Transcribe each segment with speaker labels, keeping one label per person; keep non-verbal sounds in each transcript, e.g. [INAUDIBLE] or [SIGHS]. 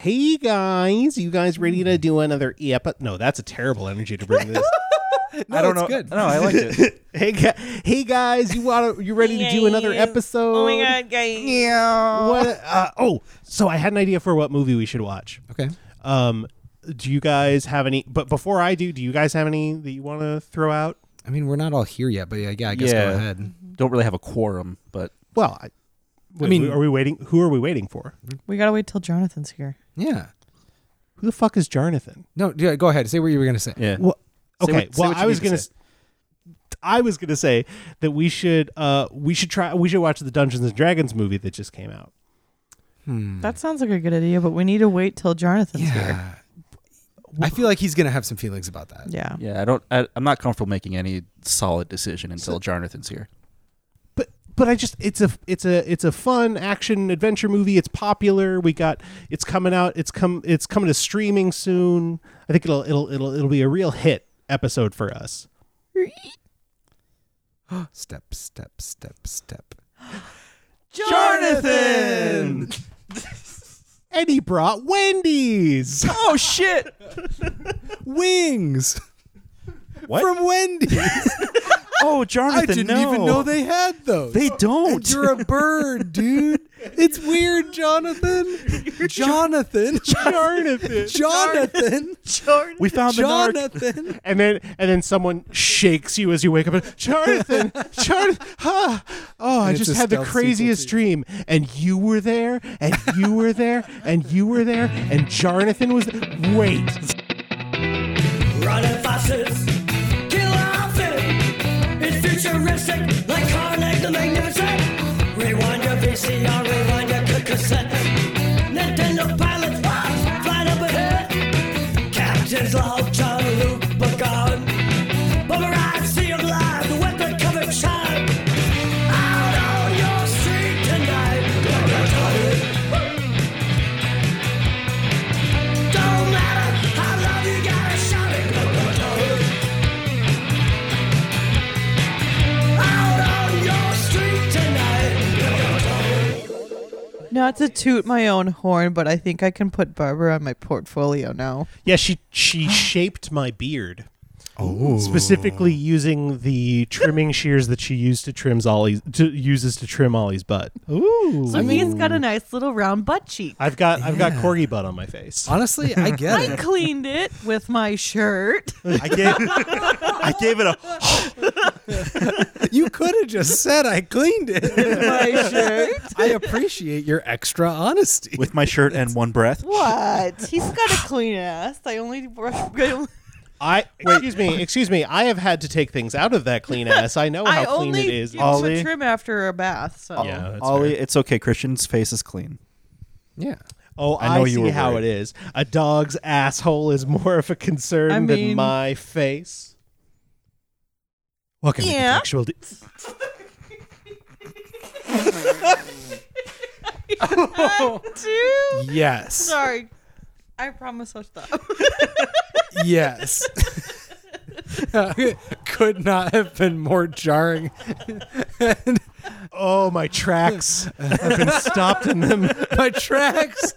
Speaker 1: Hey guys, you guys ready to do another ep? No, that's a terrible energy to bring
Speaker 2: [LAUGHS]
Speaker 1: this.
Speaker 3: I don't
Speaker 4: it's
Speaker 3: know.
Speaker 4: good.
Speaker 3: No, I like [LAUGHS] it.
Speaker 1: hey, gu- hey guys, you want you ready to do another
Speaker 2: Yeah.
Speaker 1: episode?
Speaker 2: Oh my god, guys.
Speaker 3: yeah.
Speaker 1: What? Uh, oh, so I had an idea for what movie we should watch.
Speaker 4: Okay.
Speaker 1: Um, do you guys have any? But before I do, do you guys have any that you want to throw out?
Speaker 4: I mean, we're not all here yet, but yeah, yeah I guess
Speaker 3: Yeah.
Speaker 4: go ahead.
Speaker 3: Don't really have a quorum, but
Speaker 1: Well, I, wait,
Speaker 4: mean-
Speaker 1: are we waiting? Who are we waiting for?
Speaker 2: We gotta wait till Jonathan's here.
Speaker 4: Yeah.
Speaker 1: Who the fuck is Jonathan?
Speaker 4: No, yeah, go ahead. Say what you were going to say.
Speaker 3: yeah.
Speaker 1: Well,
Speaker 3: Say
Speaker 1: okay.
Speaker 3: what- say
Speaker 1: well,
Speaker 3: what you
Speaker 1: I was
Speaker 3: need to
Speaker 1: gonna,
Speaker 3: say.
Speaker 1: s- I was gonna say that we should, uh, we should try, we should watch the Dungeons and Dragons movie that just came out.
Speaker 4: Hmm.
Speaker 2: That sounds like a good idea, but we need to wait till Jonathan's here.
Speaker 4: yeah. I feel like he's going to have some feelings about that.
Speaker 2: Yeah.
Speaker 3: yeah, I don't. I, I'm not comfortable making any solid decision until Jonathan's here.
Speaker 1: But, but I just, it's a, it's a, it's a fun action adventure movie. It's popular. We got, it's coming out. It's come, it's coming to streaming soon. I think it'll, it'll, it'll, it'll be a real hit episode for us.
Speaker 4: Step, step, step, step.
Speaker 1: Jonathan! And he brought Wendy's.
Speaker 2: Oh shit!
Speaker 4: Wings
Speaker 1: What?
Speaker 4: from Wendy's.
Speaker 3: Oh, Jonathan!
Speaker 4: I didn't even know they had those.
Speaker 3: They
Speaker 4: And
Speaker 3: don't.
Speaker 4: you're a bird, dude. It's weird, Jonathan. Jonathan.
Speaker 1: Jonathan.
Speaker 4: Jonathan.
Speaker 2: Jordan.
Speaker 3: We found the narc.
Speaker 4: Jonathan.
Speaker 1: and then and then someone shakes you as you wake up and Jonathan, Jonathan, huh. oh, I
Speaker 4: And it's
Speaker 1: just
Speaker 4: a
Speaker 1: had the
Speaker 4: stealth sequel,
Speaker 1: craziest
Speaker 4: too.
Speaker 1: dream, and you were there, and you were there, and you were there, and Jonathan was wait.
Speaker 5: Running foxes, kill outfit. It's futuristic, like Carnegie the Magnificent. Rewind your VCR, rewind your c- cassette. Nintendo pilots, wow, flying up ahead. Captain's log, John Luke Picard. Override, sea of lies, the weapon covered shine. Out on your street tonight, like a target. Don't matter how loud you gotta shout it. Out on your street tonight.
Speaker 2: Not to toot my own horn, but I think I can put Barbara on my portfolio now.
Speaker 1: Yeah, she she shaped my beard.
Speaker 4: Oh.
Speaker 1: Specifically using the trimming shears that she used to trims Ollie's to uses to trim Ollie's butt.
Speaker 4: Oh,
Speaker 1: Ooh.
Speaker 2: So he's got a nice little round butt cheek.
Speaker 1: I've got I've got corgi butt on my face.
Speaker 4: Honestly, I get it.
Speaker 2: cleaned it with my shirt.
Speaker 1: I gave I gave it a
Speaker 4: You could have just said I cleaned it.
Speaker 2: [LAUGHS] my shirt.
Speaker 4: I appreciate your extra honesty.
Speaker 3: With my shirt and one breath.
Speaker 2: What? He's got a clean ass. I only brush.
Speaker 1: I
Speaker 2: I only,
Speaker 1: excuse me, excuse me. I have had to take things out of that clean ass. I know how
Speaker 2: [LAUGHS] I
Speaker 1: clean
Speaker 2: only
Speaker 1: it is.
Speaker 2: do
Speaker 3: Ollie.
Speaker 2: trim after a bath. So
Speaker 1: Yeah, that's
Speaker 3: Ollie,
Speaker 1: fair.
Speaker 3: it's okay. Christian's face is clean.
Speaker 4: Yeah.
Speaker 1: Oh, I,
Speaker 3: I know
Speaker 1: see
Speaker 3: you were
Speaker 1: how
Speaker 3: worried.
Speaker 1: it is. A dog's asshole is more of a concern
Speaker 2: I
Speaker 1: than
Speaker 2: mean-
Speaker 1: my face. What kind
Speaker 2: Yeah.
Speaker 1: of sexual? Di-
Speaker 2: I do. [LAUGHS]
Speaker 4: Yes.
Speaker 2: Sorry. I promise I'll stop. [LAUGHS]
Speaker 4: Yes. [LAUGHS] could not have been more jarring.
Speaker 1: oh, my [LAUGHS] tracks! I've been stopped in [LAUGHS] them.
Speaker 4: My tracks.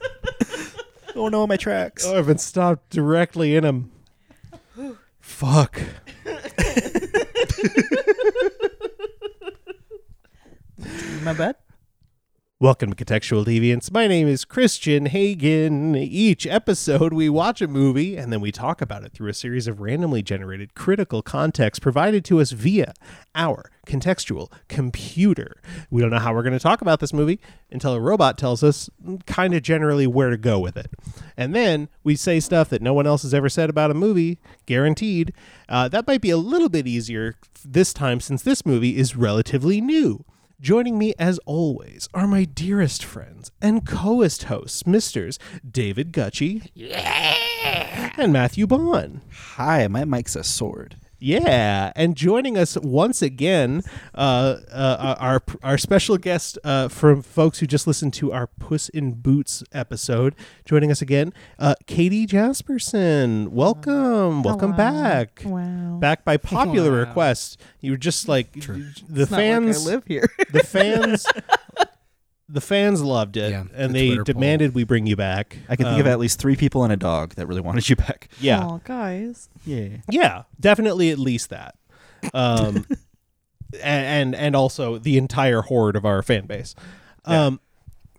Speaker 3: Oh no, my tracks.
Speaker 1: Oh, I've been stopped directly in them. Fuck.
Speaker 2: My bad.
Speaker 1: Welcome to Contextual Deviance. My name is Christian Hagen. Each episode, we watch a movie and then we talk about it through a series of randomly generated critical context provided to us via our contextual computer. We don't know how we're going to talk about this movie until a robot tells us kind of generally where to go with it. And then we say stuff that no one else has ever said about a movie, guaranteed. Uh, that might be a little bit easier this time since this movie is relatively new. Joining me as always are my dearest friends and co-host hosts, Misters David Gucci and Matthew Bond.
Speaker 3: Hi, my mic's a sword.
Speaker 1: Yeah, and joining us once again, uh, uh, our our special guest uh, from folks who just listened to our Puss in Boots episode. Joining us again, uh, Katie Jasperson. Welcome, welcome
Speaker 2: Hello.
Speaker 1: back.
Speaker 2: Wow.
Speaker 1: Back by popular request. You were just like the
Speaker 2: It's not like
Speaker 1: fans
Speaker 2: I live here.
Speaker 1: the fans the fans loved it,
Speaker 3: Yeah,
Speaker 1: and
Speaker 3: the
Speaker 1: they
Speaker 3: Twitter poll.
Speaker 1: demanded we bring you back.
Speaker 3: I can think of at least three people and a dog that really wanted you back.
Speaker 1: Yeah,
Speaker 2: Aw, guys.
Speaker 3: Yeah.
Speaker 1: yeah, definitely at least that. Um, and, and and also the entire horde of our fan base. Um,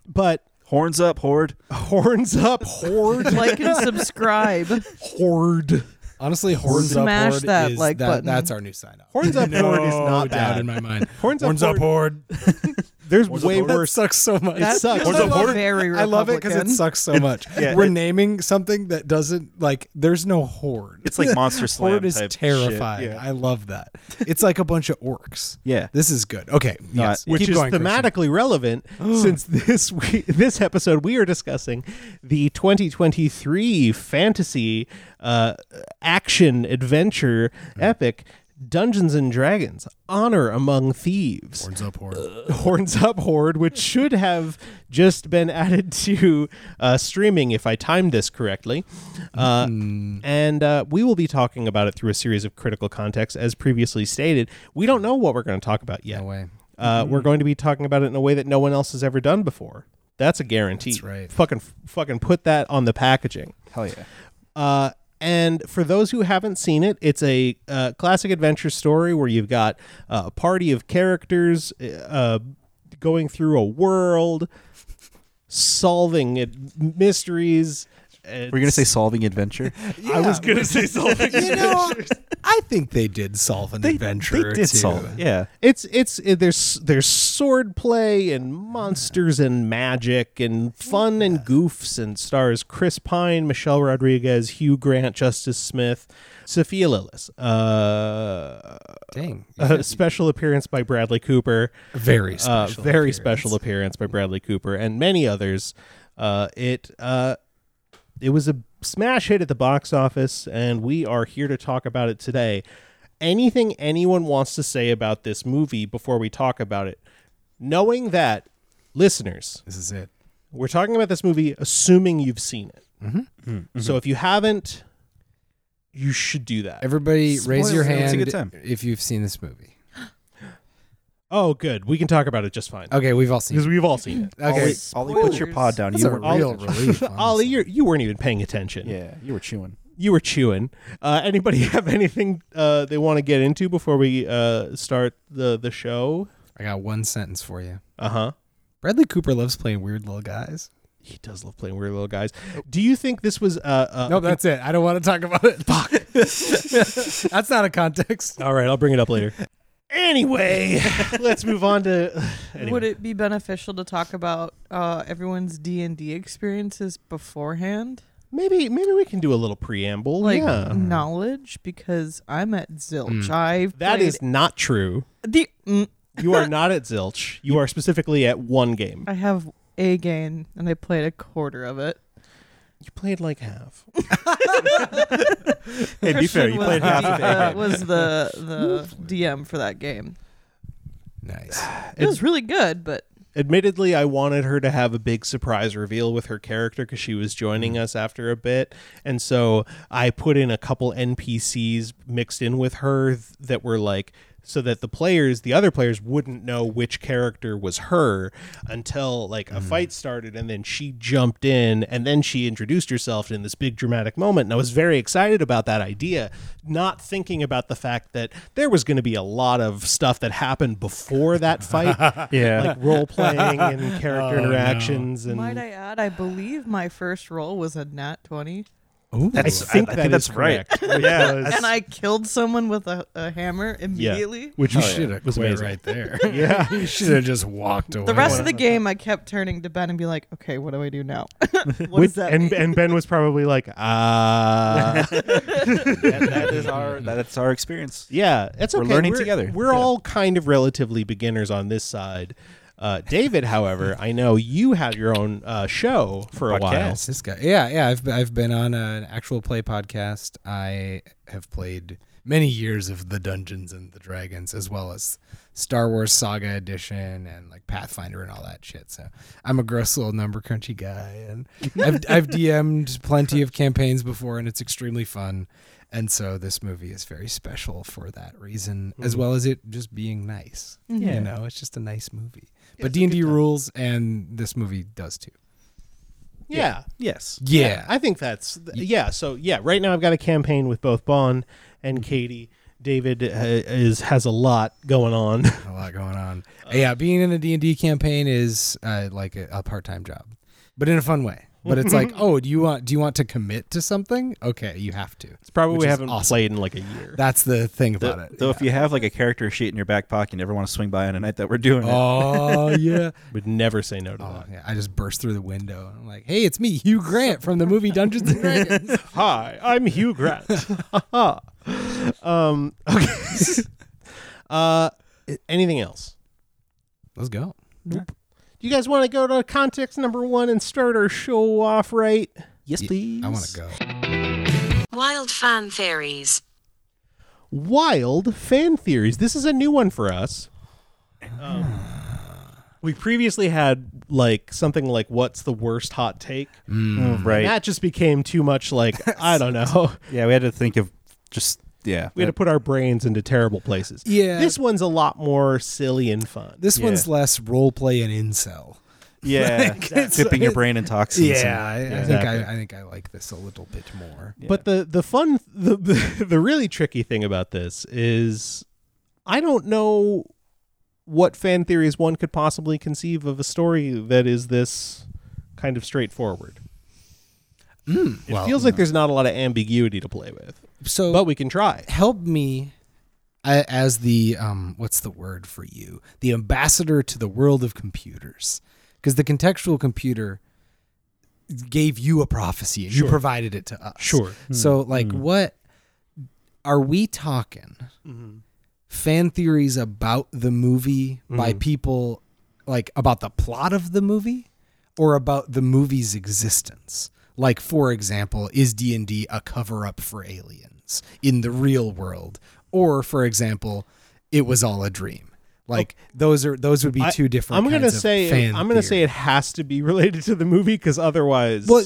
Speaker 1: but
Speaker 3: Horns up, horde.
Speaker 1: horns up, horde,
Speaker 2: Like and [LAUGHS] subscribe.
Speaker 1: horde.
Speaker 4: Honestly, horns up.
Speaker 2: Smash
Speaker 4: Horde
Speaker 2: that
Speaker 4: is
Speaker 2: like
Speaker 4: that,
Speaker 2: button.
Speaker 4: That's our new sign up.
Speaker 1: Horns up,
Speaker 4: no
Speaker 1: horde is not
Speaker 4: doubt
Speaker 1: bad.
Speaker 4: in my [LAUGHS] mind.
Speaker 1: Horns up,
Speaker 4: horde.
Speaker 1: There's way
Speaker 4: That
Speaker 1: worse.
Speaker 4: sucks so much.
Speaker 1: It sucks. Horns
Speaker 2: Horns up
Speaker 1: up,
Speaker 4: horde.
Speaker 2: Very
Speaker 4: I love it because it
Speaker 2: Republican.
Speaker 4: sucks so much.
Speaker 3: yeah,
Speaker 4: We're
Speaker 3: it-
Speaker 4: naming something that doesn't like. There's no horde.
Speaker 3: It's [LAUGHS] like Monster Slam
Speaker 4: Horde is
Speaker 3: type shit,
Speaker 4: terrifying.
Speaker 3: yeah.
Speaker 4: I love that. It's like a bunch of orcs.
Speaker 3: [LAUGHS] Yeah.
Speaker 4: this is good. Okay,
Speaker 3: No,
Speaker 4: yes.
Speaker 3: I-
Speaker 1: which
Speaker 4: Keep
Speaker 1: is
Speaker 4: going, Christian.
Speaker 1: thematically
Speaker 4: [GASPS]
Speaker 1: relevant since this we, [LAUGHS] this episode we are discussing the 2023 fantasy uh, action adventure
Speaker 4: Hmm.
Speaker 1: epic Dungeons and Dragons Honor Among Thieves
Speaker 4: Horns up horde.
Speaker 1: Horns Up Horde which should have just been added [LAUGHS] to uh, streaming if I timed this correctly uh,
Speaker 4: Mm-hmm.
Speaker 1: and uh, we will be talking about it through a series of critical contexts as previously stated we don't know what we're going to talk about yet
Speaker 4: No way. Mm-hmm.
Speaker 1: uh, We're going to be talking about it in a way that no one else has ever done before. That's a guarantee.
Speaker 4: That's right.
Speaker 1: Fucking, fucking put that on the packaging.
Speaker 3: Hell yeah.
Speaker 1: Uh, and for those who haven't seen it, it's a uh, classic adventure story where you've got uh, a party of characters uh, going through a world, solving it, mysteries.
Speaker 3: We're going to say solving [LAUGHS] adventure.
Speaker 1: I was gonna say solving.
Speaker 4: [LAUGHS] you know, I think they did solve an adventure.
Speaker 3: They
Speaker 4: or
Speaker 3: did
Speaker 4: two.
Speaker 3: solve it. Yeah.
Speaker 1: It's it's it, there's there's sword play and monsters and magic and fun and goofs and stars Chris Pine, Michelle Rodriguez, Hugh Grant, Justice Smith, Sophia Lillis. Uh,
Speaker 4: Dang, [LAUGHS]
Speaker 1: [LAUGHS] a special appearance by Bradley Cooper.
Speaker 4: very special.
Speaker 1: Uh, very
Speaker 4: appearance.
Speaker 1: special appearance by Bradley Cooper and many others. Uh, it uh, it was a smash hit at the box office, and we are here to talk about it today. Anything anyone wants to say about this movie before we talk about it, knowing that listeners,
Speaker 4: This is it.
Speaker 1: we're talking about this movie, assuming you've seen it. Mm-hmm. So if you haven't, you should do that.
Speaker 4: Everybody, raise your
Speaker 3: Spoilers.
Speaker 4: hand
Speaker 3: It's a good time.
Speaker 4: if you've seen this movie.
Speaker 1: oh, good, we can talk about it just fine
Speaker 4: Okay, we've all seen.
Speaker 1: because
Speaker 4: it.
Speaker 1: Uh, we've all seen it.
Speaker 4: Okay,
Speaker 3: Ollie, put your
Speaker 2: Spoilers.
Speaker 3: pod down.
Speaker 4: that's
Speaker 3: you
Speaker 4: a
Speaker 1: [LAUGHS]
Speaker 3: weren't
Speaker 4: real
Speaker 3: paying
Speaker 4: relief.
Speaker 1: Ollie,
Speaker 4: honestly.
Speaker 1: you you weren't even paying attention.
Speaker 3: attention. Yeah, you were chewing.
Speaker 1: you were chewing. Uh, anybody [LAUGHS] have anything uh, they want to get into before we uh, start the the show?
Speaker 4: I got one sentence for you.
Speaker 1: Uh huh.
Speaker 4: Bradley Cooper loves playing weird little guys.
Speaker 1: He does love playing weird little guys. Do you think this was? Uh, uh,
Speaker 4: No, that's it. I don't want to talk about it. Fuck. [LAUGHS] that's not a context.
Speaker 1: all right. I'll bring it up later. anyway, let's move on to. anyway.
Speaker 2: Would it be beneficial to talk about uh, everyone's D and D experiences beforehand,
Speaker 1: maybe maybe we can do a little preamble.
Speaker 2: like
Speaker 1: yeah,
Speaker 2: knowledge? Because I'm at zilch. I've
Speaker 1: that
Speaker 2: played
Speaker 1: is not true.
Speaker 2: the. Mm,
Speaker 1: You are not at Zilch. You are specifically at one game.
Speaker 2: I have a game, and I played a quarter of it.
Speaker 1: You played like half.
Speaker 3: Hey, be
Speaker 2: [LAUGHS]
Speaker 3: fair. You
Speaker 2: was
Speaker 3: played half
Speaker 2: the,
Speaker 3: of it.
Speaker 2: uh, Was the the DM for that game?
Speaker 4: Nice.
Speaker 2: It was really good, but
Speaker 1: Admittedly, I wanted her to have a big surprise reveal with her character because she was joining us after a bit. And so I put in a couple NPCs mixed in with her th- that were like, so that the players, the other players, wouldn't know which character was her until like a fight started. And then she jumped in and then she introduced herself in this big dramatic moment. And I was very excited about that idea, not thinking about the fact that there was going to be a lot of stuff that happened before that fight.
Speaker 3: Yeah.
Speaker 1: like role playing
Speaker 3: [LAUGHS] Oh,
Speaker 1: and character interactions and
Speaker 2: might I add, I believe my first roll was a nat twenty,
Speaker 4: Ooh.
Speaker 1: I think,
Speaker 3: I
Speaker 1: that
Speaker 3: think
Speaker 1: is
Speaker 3: that's right.
Speaker 1: correct.
Speaker 3: Yeah.
Speaker 2: and I killed someone with a, a hammer immediately.
Speaker 4: Which you
Speaker 3: Oh, yeah.
Speaker 4: should have
Speaker 1: Was
Speaker 4: quit
Speaker 1: amazing.
Speaker 4: right there. yeah, [LAUGHS] you should have just walked away.
Speaker 2: The rest of the game, I kept turning to Ben and be like, "Okay, what do I do now? [LAUGHS] what does that
Speaker 1: and
Speaker 2: mean?
Speaker 1: and Ben was probably like,
Speaker 3: [LAUGHS]
Speaker 1: ah,
Speaker 3: that, that
Speaker 4: [LAUGHS]
Speaker 3: is our that's our experience.
Speaker 1: [LAUGHS] yeah, it's
Speaker 3: We're
Speaker 1: okay.
Speaker 3: learning together.
Speaker 1: We're
Speaker 3: Yeah.
Speaker 1: all kind of relatively beginners on this side. Uh, David, however, I know you had your own uh, show for a while.
Speaker 4: Yes, this guy. Yeah, yeah. I've been, I've been on an actual play podcast. I have played many years of the Dungeons and the Dragons, as well as Star Wars Saga Edition and like Pathfinder and all that shit. So I'm a gross little number crunchy
Speaker 1: [LAUGHS]
Speaker 4: guy, and I've I've DM'd plenty of campaigns before, and it's extremely fun. And so this movie is very special for that reason, as well as it just being nice.
Speaker 1: Hmm. Yeah.
Speaker 4: You know, it's just a nice movie.
Speaker 1: it's a
Speaker 4: but D and D rules, and this movie does too.
Speaker 1: Yeah.
Speaker 3: Yes.
Speaker 4: Yeah,
Speaker 1: I think that's th- yeah. So yeah, right now I've got a campaign with both Bon
Speaker 3: Mm-hmm.
Speaker 1: and Katie. David uh, is has a lot going on. [LAUGHS]
Speaker 4: a lot going on. yeah, being in a D and D campaign is uh, like a, a part time job, but in a fun way. But it's like, oh, do you want do you want to commit to something? Okay, you have to.
Speaker 1: It's probably
Speaker 4: Which
Speaker 1: we
Speaker 4: is
Speaker 1: haven't
Speaker 4: awesome.
Speaker 1: played in like a year.
Speaker 4: That's the thing
Speaker 3: Though,
Speaker 4: about it.
Speaker 3: though if you have like a character sheet in your back pocket and ever want to swing by on a night that we're doing it,
Speaker 4: [LAUGHS] oh yeah.
Speaker 1: Would never say no to
Speaker 4: Oh,
Speaker 1: that.
Speaker 4: yeah, I just burst through the window. and I'm like, "Hey, it's me, Hugh Grant from the movie Dungeons and Dragons."
Speaker 1: Hi, I'm Hugh Grant. [LAUGHS] um, okay. [LAUGHS] uh, anything else?
Speaker 4: Let's go.
Speaker 1: Do you guys want to go to context number one and start our show off right?
Speaker 3: yes, please.
Speaker 4: I want to go.
Speaker 6: Wild fan theories.
Speaker 1: Wild fan theories. This is a new one for us. Um, we previously had like something like "What's the worst hot take?"
Speaker 4: Um,
Speaker 3: Mm, [LAUGHS] right.
Speaker 1: That just became too much. [LAUGHS] Like I don't know.
Speaker 3: yeah, we had to think of just yeah.
Speaker 1: We had to put our brains into terrible places.
Speaker 4: Yeah.
Speaker 1: This one's a lot more silly and fun.
Speaker 4: This
Speaker 3: Yeah.
Speaker 4: one's less role play and incel. [LAUGHS]
Speaker 3: yeah, [LAUGHS] dipping your brain in toxins.
Speaker 4: Yeah, I, I think
Speaker 3: exactly.
Speaker 4: I, I think I like this a little bit more.
Speaker 1: But the the fun the, the [LAUGHS] the really tricky thing about this is I don't know what fan theories one could possibly conceive of a story that is this kind of straightforward. it
Speaker 4: Hmm, well,
Speaker 1: feels like there's not a lot of ambiguity to play with,
Speaker 4: So,
Speaker 1: but we can try.
Speaker 4: help me a- as the um, what's the word for you? The ambassador to the world of computers, because the contextual computer gave you a prophecy and you provided it to us.
Speaker 1: Sure.
Speaker 4: So, like, what are we talking? Fan theories about the movie
Speaker 1: Mm-hmm.
Speaker 4: by people, like about the plot of the movie, or about the movie's existence. Like, for example, is D and D a cover up for aliens in the real world, or for example, it was all a dream. Like those are those would be
Speaker 1: Oh, I-
Speaker 4: two different.
Speaker 1: I'm gonna
Speaker 4: kinds of
Speaker 1: say
Speaker 4: fan
Speaker 1: I'm gonna say
Speaker 4: theory.
Speaker 1: it has to be related to the movie because otherwise,
Speaker 4: Well,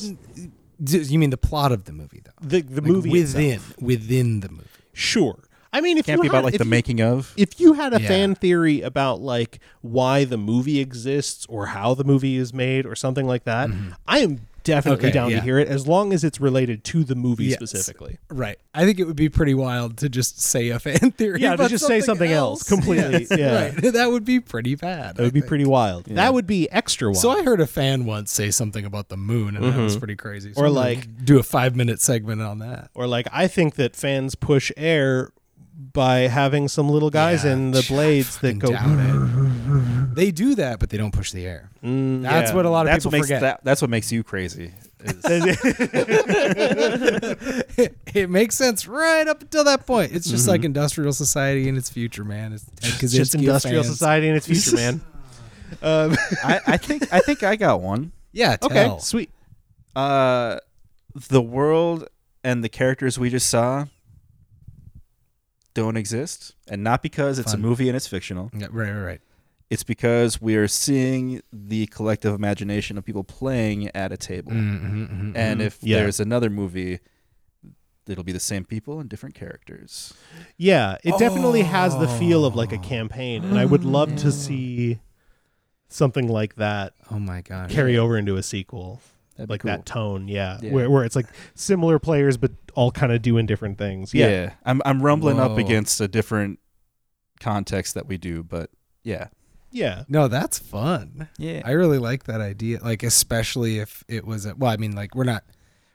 Speaker 4: d- you mean the plot of the movie though?
Speaker 1: the the
Speaker 4: Like,
Speaker 1: movie
Speaker 4: within
Speaker 1: itself.
Speaker 4: within the movie.
Speaker 1: Sure. I mean, if
Speaker 3: Can't
Speaker 1: you
Speaker 3: be
Speaker 1: had-
Speaker 3: about like
Speaker 1: if
Speaker 3: the
Speaker 1: you-
Speaker 3: making of.
Speaker 1: if you had a
Speaker 4: Yeah.
Speaker 1: fan theory about like why the movie exists or how the movie is made or something like that, I am definitely
Speaker 4: Mm-hmm. Okay,
Speaker 1: down to
Speaker 4: yeah.
Speaker 1: hear it as long as it's related to the movie
Speaker 4: Yes.
Speaker 1: specifically.
Speaker 4: Right. I think it would be pretty wild to just say a fan [LAUGHS] theory.
Speaker 1: Yeah, to
Speaker 4: about
Speaker 1: just say something else completely, yeah.
Speaker 4: Right. [LAUGHS] That would be pretty bad.
Speaker 1: That would be pretty wild. That would be extra wild. Mm-hmm.
Speaker 4: So I heard a fan once say something about the moon, and that was pretty crazy. So
Speaker 1: Or
Speaker 4: I'm gonna
Speaker 1: like-
Speaker 4: do a five minute segment on that.
Speaker 1: or like I think that fans push air by having some little guys
Speaker 4: Yeah,
Speaker 1: in the
Speaker 4: I
Speaker 1: blades that
Speaker 4: fucking
Speaker 1: go.
Speaker 4: doubt it. They do that, but they don't push the air.
Speaker 1: Mm,
Speaker 4: that's what a lot of
Speaker 3: that's
Speaker 4: people
Speaker 3: what makes
Speaker 4: forget.
Speaker 3: That, that's what makes you crazy. is-
Speaker 4: [LAUGHS] it makes sense right up until that point. It's just
Speaker 1: Mm-hmm.
Speaker 4: like industrial society in its future,
Speaker 1: [LAUGHS]
Speaker 4: man. It's Ted
Speaker 1: [LAUGHS] It's
Speaker 4: Kaczynski
Speaker 1: just
Speaker 4: of
Speaker 1: industrial
Speaker 4: fans.
Speaker 1: society in its future, man. um,
Speaker 3: I, I think I think I got one.
Speaker 4: Yeah.
Speaker 1: okay,
Speaker 4: tell.
Speaker 1: sweet.
Speaker 3: Uh, the world and the characters we just saw don't exist, and not because it's
Speaker 4: Fun.
Speaker 3: a movie and it's fictional.
Speaker 4: Yeah, Right. Right. Right.
Speaker 3: It's because we are seeing the collective imagination of people playing at a table. mm, And if
Speaker 1: Yeah.
Speaker 3: there's another movie, it'll be the same people and different characters.
Speaker 1: Yeah, it definitely has the feel of like a campaign, and I would love to see something like that
Speaker 4: Oh my gosh.
Speaker 1: carry over into a sequel,
Speaker 3: That'd be
Speaker 1: like
Speaker 3: cool.
Speaker 1: that tone. Yeah,
Speaker 3: Yeah.
Speaker 1: Where, where it's like similar players but all kind of doing different things.
Speaker 3: Yeah,
Speaker 1: Yeah,
Speaker 3: I'm I'm rumbling
Speaker 4: Whoa.
Speaker 3: up against a different context that we do, but yeah,
Speaker 1: yeah.
Speaker 4: No, that's fun.
Speaker 3: yeah.
Speaker 4: I really like that idea. Like especially if it was a well, I mean like we're not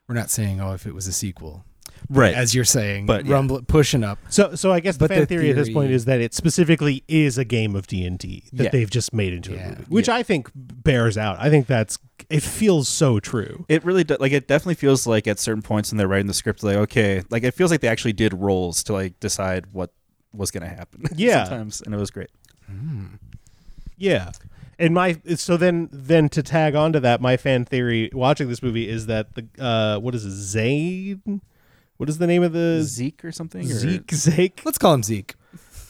Speaker 4: we're not saying oh if it was a sequel.
Speaker 3: right.
Speaker 4: As you're saying,
Speaker 3: But, yeah.
Speaker 4: rumble pushing up.
Speaker 1: So, so I guess the
Speaker 4: But
Speaker 1: fan
Speaker 4: the
Speaker 1: theory, at this point
Speaker 4: theory-
Speaker 1: is that it specifically is a game of D and D that
Speaker 3: Yeah.
Speaker 1: they've just made into a
Speaker 4: Yeah.
Speaker 1: movie, which I think bears out. I think that's it feels so true.
Speaker 3: it really do, like it definitely feels like at certain points when they're writing the script, like okay, like it feels like they actually did roles to like decide what was gonna happen. [LAUGHS]
Speaker 1: Yeah.
Speaker 3: sometimes, and it was great.
Speaker 1: Yeah. And my so then then to tag onto that, my fan theory watching this movie is that the uh what is it, Zane? What is the name of the
Speaker 3: Zeke or something. or-
Speaker 1: Zeke Zeke?
Speaker 4: Let's call him Zeke.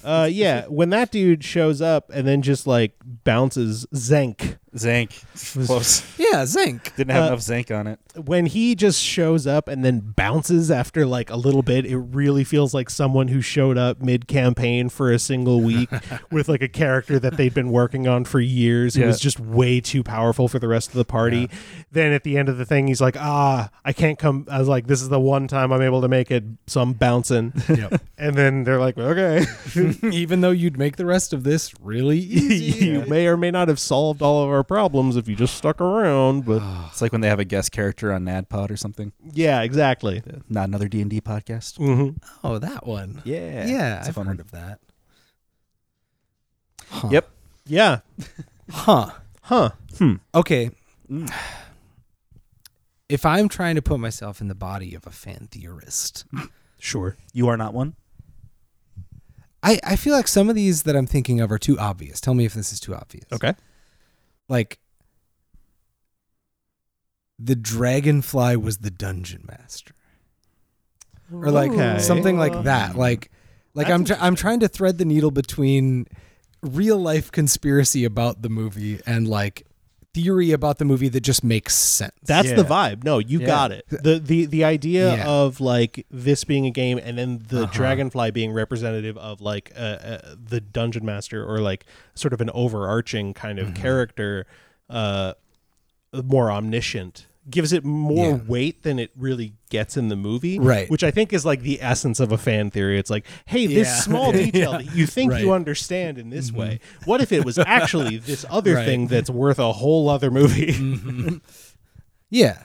Speaker 1: Uh yeah, when that dude shows up and then just like bounces Zank
Speaker 3: Zank. [LAUGHS] Close. [LAUGHS]
Speaker 4: Yeah, zinc.
Speaker 3: Didn't have
Speaker 1: Uh,
Speaker 3: enough Zank on it.
Speaker 1: when he just shows up and then bounces after like a little bit, it really feels like someone who showed up mid campaign for a single week with like a character that they'd been working on for years who
Speaker 3: Yeah.
Speaker 1: was just way too powerful for the rest of the party. Then at the end of the thing, he's like, ah, I can't come. I was like, this is the one time I'm able to make it, so I'm bouncing.
Speaker 4: Yep.
Speaker 1: and then they're like, okay,
Speaker 4: [LAUGHS]
Speaker 1: [LAUGHS]
Speaker 4: Even though you'd make the rest of this
Speaker 3: [LAUGHS]
Speaker 4: really easy.
Speaker 1: you may or may not have solved all of our problems if you just stuck around, but
Speaker 3: [SIGHS] It's like when they have a guest character on NADPOD or something.
Speaker 1: yeah, exactly. Mm-hmm.
Speaker 3: Not another D and D podcast.
Speaker 4: oh, that one.
Speaker 3: Yeah,
Speaker 4: Yeah,
Speaker 3: it's a
Speaker 4: I've
Speaker 3: fun
Speaker 4: heard
Speaker 3: one.
Speaker 4: of that. Huh.
Speaker 3: Yep.
Speaker 1: Yeah.
Speaker 4: Huh.
Speaker 1: Huh.
Speaker 4: Okay.
Speaker 3: Mm.
Speaker 4: [SIGHS] If I'm trying to put myself in the body of a fan theorist,
Speaker 3: Mm.
Speaker 1: Sure.
Speaker 3: You are not one.
Speaker 4: I, I feel like some of these that I'm thinking of are too obvious. Tell me if this is too obvious.
Speaker 1: Okay.
Speaker 4: Like, the dragonfly was the dungeon master, or like
Speaker 1: Okay.
Speaker 4: something like that. Like, like I'm tr- I'm trying to thread the needle between real life conspiracy about the movie and like theory about the movie that just makes sense.
Speaker 1: That's the
Speaker 3: Yeah.
Speaker 1: vibe. No, you
Speaker 3: Yeah.
Speaker 1: got it. The the the idea
Speaker 4: Yeah.
Speaker 1: of like this being a game and then the
Speaker 4: Uh-huh.
Speaker 1: dragonfly being representative of like uh, uh, the dungeon master or like sort of an overarching kind of
Speaker 4: Mm-hmm.
Speaker 1: character uh more omniscient gives it more
Speaker 4: Yeah.
Speaker 1: weight than it really gets in the movie
Speaker 4: Right.
Speaker 1: which i think is like the essence of a fan theory it's like hey this
Speaker 4: Yeah. [LAUGHS]
Speaker 1: small detail that you think you
Speaker 4: Right. Mm-hmm.
Speaker 1: understand in this way what if it was actually
Speaker 4: [LAUGHS]
Speaker 1: this other
Speaker 4: Right. Mm-hmm.
Speaker 1: thing that's worth a whole other movie
Speaker 4: yeah,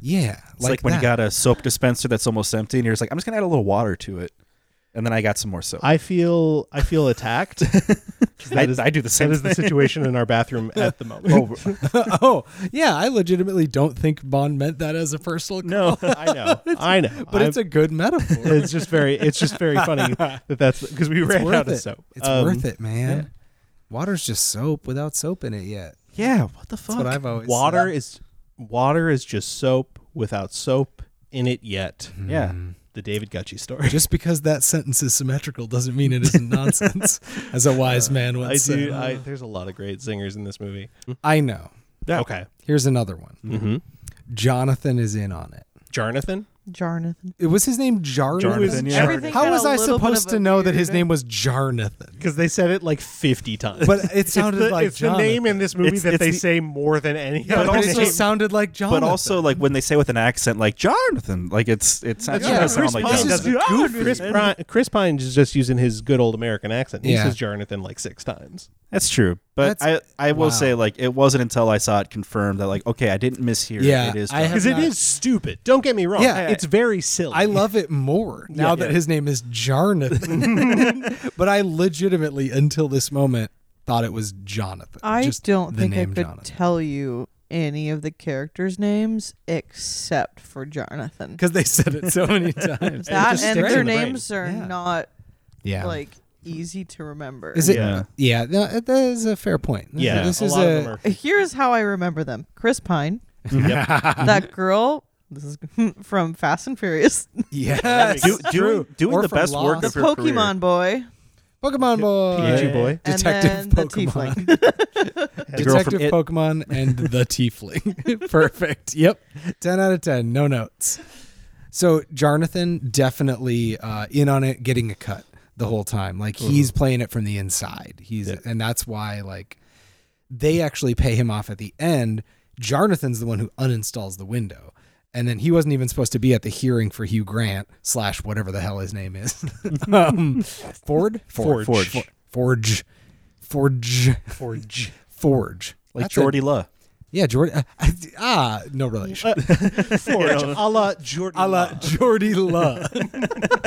Speaker 4: yeah.
Speaker 3: It's like, when you
Speaker 4: that.
Speaker 3: got a soap dispenser that's almost empty, and you're just like, I'm just gonna add a little water to it, and then I got some more soap.
Speaker 1: I feel I feel [LAUGHS] attacked.
Speaker 3: I,
Speaker 1: That is-
Speaker 3: I do the
Speaker 1: that
Speaker 3: same
Speaker 1: is the
Speaker 3: thing.
Speaker 1: situation in our bathroom [LAUGHS] at the moment.
Speaker 4: [LAUGHS] oh, yeah, I legitimately don't think Bond meant that as a personal no,
Speaker 1: no, [LAUGHS] I know, I know.
Speaker 4: but it's a good metaphor.
Speaker 1: it's just very it's just very [LAUGHS] funny that that's because we
Speaker 4: it's
Speaker 1: ran
Speaker 4: worth
Speaker 1: out
Speaker 4: it.
Speaker 1: of soap.
Speaker 4: It's
Speaker 1: Um,
Speaker 4: worth it, man. Water's just soap without soap in it yet.
Speaker 3: yeah. What the fuck?
Speaker 4: That's what I've always
Speaker 1: Water
Speaker 4: said.
Speaker 1: is water is just soap without soap in it yet.
Speaker 3: yeah.
Speaker 1: The David Gucci story.
Speaker 4: Just because that sentence is symmetrical doesn't mean it isn't nonsense, as a wise
Speaker 1: [LAUGHS]
Speaker 4: man
Speaker 1: I
Speaker 4: once
Speaker 1: do.
Speaker 4: said.
Speaker 1: I, there's a lot of great singers in this movie.
Speaker 4: I know.
Speaker 1: Okay.
Speaker 4: Here's another one.
Speaker 1: Mm-hmm.
Speaker 4: Jonathan is in on it.
Speaker 1: Jonathan.
Speaker 2: Jonathan.
Speaker 4: It was his name Jarnathan.
Speaker 3: Jarnathan, yeah.
Speaker 2: Everything
Speaker 4: How
Speaker 2: got
Speaker 4: was
Speaker 2: a
Speaker 4: I
Speaker 2: little bit
Speaker 4: supposed
Speaker 2: of
Speaker 4: to
Speaker 2: a
Speaker 4: know that
Speaker 2: weird-
Speaker 4: his name was Jarnathan?
Speaker 1: Because they said it like [LAUGHS] 50 times.
Speaker 4: But it sounded
Speaker 1: it's the,
Speaker 4: like
Speaker 1: it's the name in this movie
Speaker 3: It's-
Speaker 1: that
Speaker 3: it's
Speaker 1: they
Speaker 3: the-
Speaker 1: say more than any
Speaker 4: But
Speaker 1: other
Speaker 4: it also
Speaker 1: name.
Speaker 4: sounded like Jonathan.
Speaker 3: But also, like when they say with an accent, like Jonathan, like it's it's not trying
Speaker 4: Yeah,
Speaker 3: to
Speaker 4: Chris
Speaker 3: sound like
Speaker 4: Pine
Speaker 3: Jonathan.
Speaker 4: does it.
Speaker 1: Chris, Pri- Chris Pine is just using his good old American accent. He
Speaker 4: Yeah.
Speaker 1: says Jonathan like six times.
Speaker 3: That's true, but
Speaker 4: That's-
Speaker 3: I I will
Speaker 4: wow.
Speaker 3: say like it wasn't until I saw it confirmed that like okay I didn't miss here.
Speaker 4: Yeah,
Speaker 3: it is.
Speaker 4: I
Speaker 3: Jonathan.
Speaker 1: Because it
Speaker 4: not-
Speaker 1: is stupid. Don't get me wrong.
Speaker 4: Yeah.
Speaker 1: it's very silly.
Speaker 4: I love it more now that
Speaker 1: yeah.
Speaker 4: his name is
Speaker 1: [LAUGHS]
Speaker 4: Jarnathan. but I legitimately, until this moment, thought it was Jonathan.
Speaker 2: I
Speaker 4: Just
Speaker 2: don't
Speaker 4: the
Speaker 2: think I
Speaker 4: name
Speaker 2: could
Speaker 4: Jonathan.
Speaker 2: tell you any of the characters' names except for Jonathan.
Speaker 4: Because they said it so many times.
Speaker 2: [LAUGHS] That
Speaker 1: just sticks
Speaker 2: and their
Speaker 1: in the brain.
Speaker 2: names are
Speaker 4: Yeah.
Speaker 2: not
Speaker 4: yeah.
Speaker 2: like easy to remember.
Speaker 4: is it? Yeah.
Speaker 3: Yeah.
Speaker 4: no, that is a fair point.
Speaker 1: Yeah,
Speaker 4: This
Speaker 1: a
Speaker 4: is
Speaker 1: lot
Speaker 4: a.
Speaker 1: of
Speaker 4: [LAUGHS]
Speaker 1: them are.
Speaker 2: Here's how I remember them: Chris Pine, [LAUGHS] that girl. This is [LAUGHS] from Fast and Furious.
Speaker 4: Yes.
Speaker 3: Do, doing,
Speaker 4: True.
Speaker 3: doing
Speaker 4: Or
Speaker 3: the
Speaker 4: from
Speaker 3: best work
Speaker 4: Lost.
Speaker 2: The
Speaker 3: of your career.
Speaker 2: Pokemon boy.
Speaker 4: Pokemon Boy.
Speaker 1: Pikachu boy.
Speaker 2: And
Speaker 4: Detective
Speaker 2: then the
Speaker 4: Pokemon.
Speaker 3: The girl from
Speaker 4: Detective
Speaker 3: It.
Speaker 4: Pokemon and [LAUGHS] the Tiefling. [LAUGHS] Perfect. Yep. 10 out of 10. No notes. So, Jonathan definitely uh, in on it, getting a cut the whole time. Like, he's playing it from the inside. He's, and that's why, like, they actually pay him off at the end. Jonathan's the one who uninstalls the window. And then he wasn't even supposed to be at the hearing for Hugh Grant slash whatever the hell his name is. [LAUGHS] um, Ford?
Speaker 1: Forge.
Speaker 4: Forge. Forge. Forge.
Speaker 1: Forge.
Speaker 4: [LAUGHS] Forge.
Speaker 3: like
Speaker 4: That's a-
Speaker 3: Jordy Law.
Speaker 4: yeah, Jordy. ah, no relation.
Speaker 1: Uh, [LAUGHS] Forge. [LAUGHS] a la Jordan.
Speaker 4: a la Jordy La. [LAUGHS]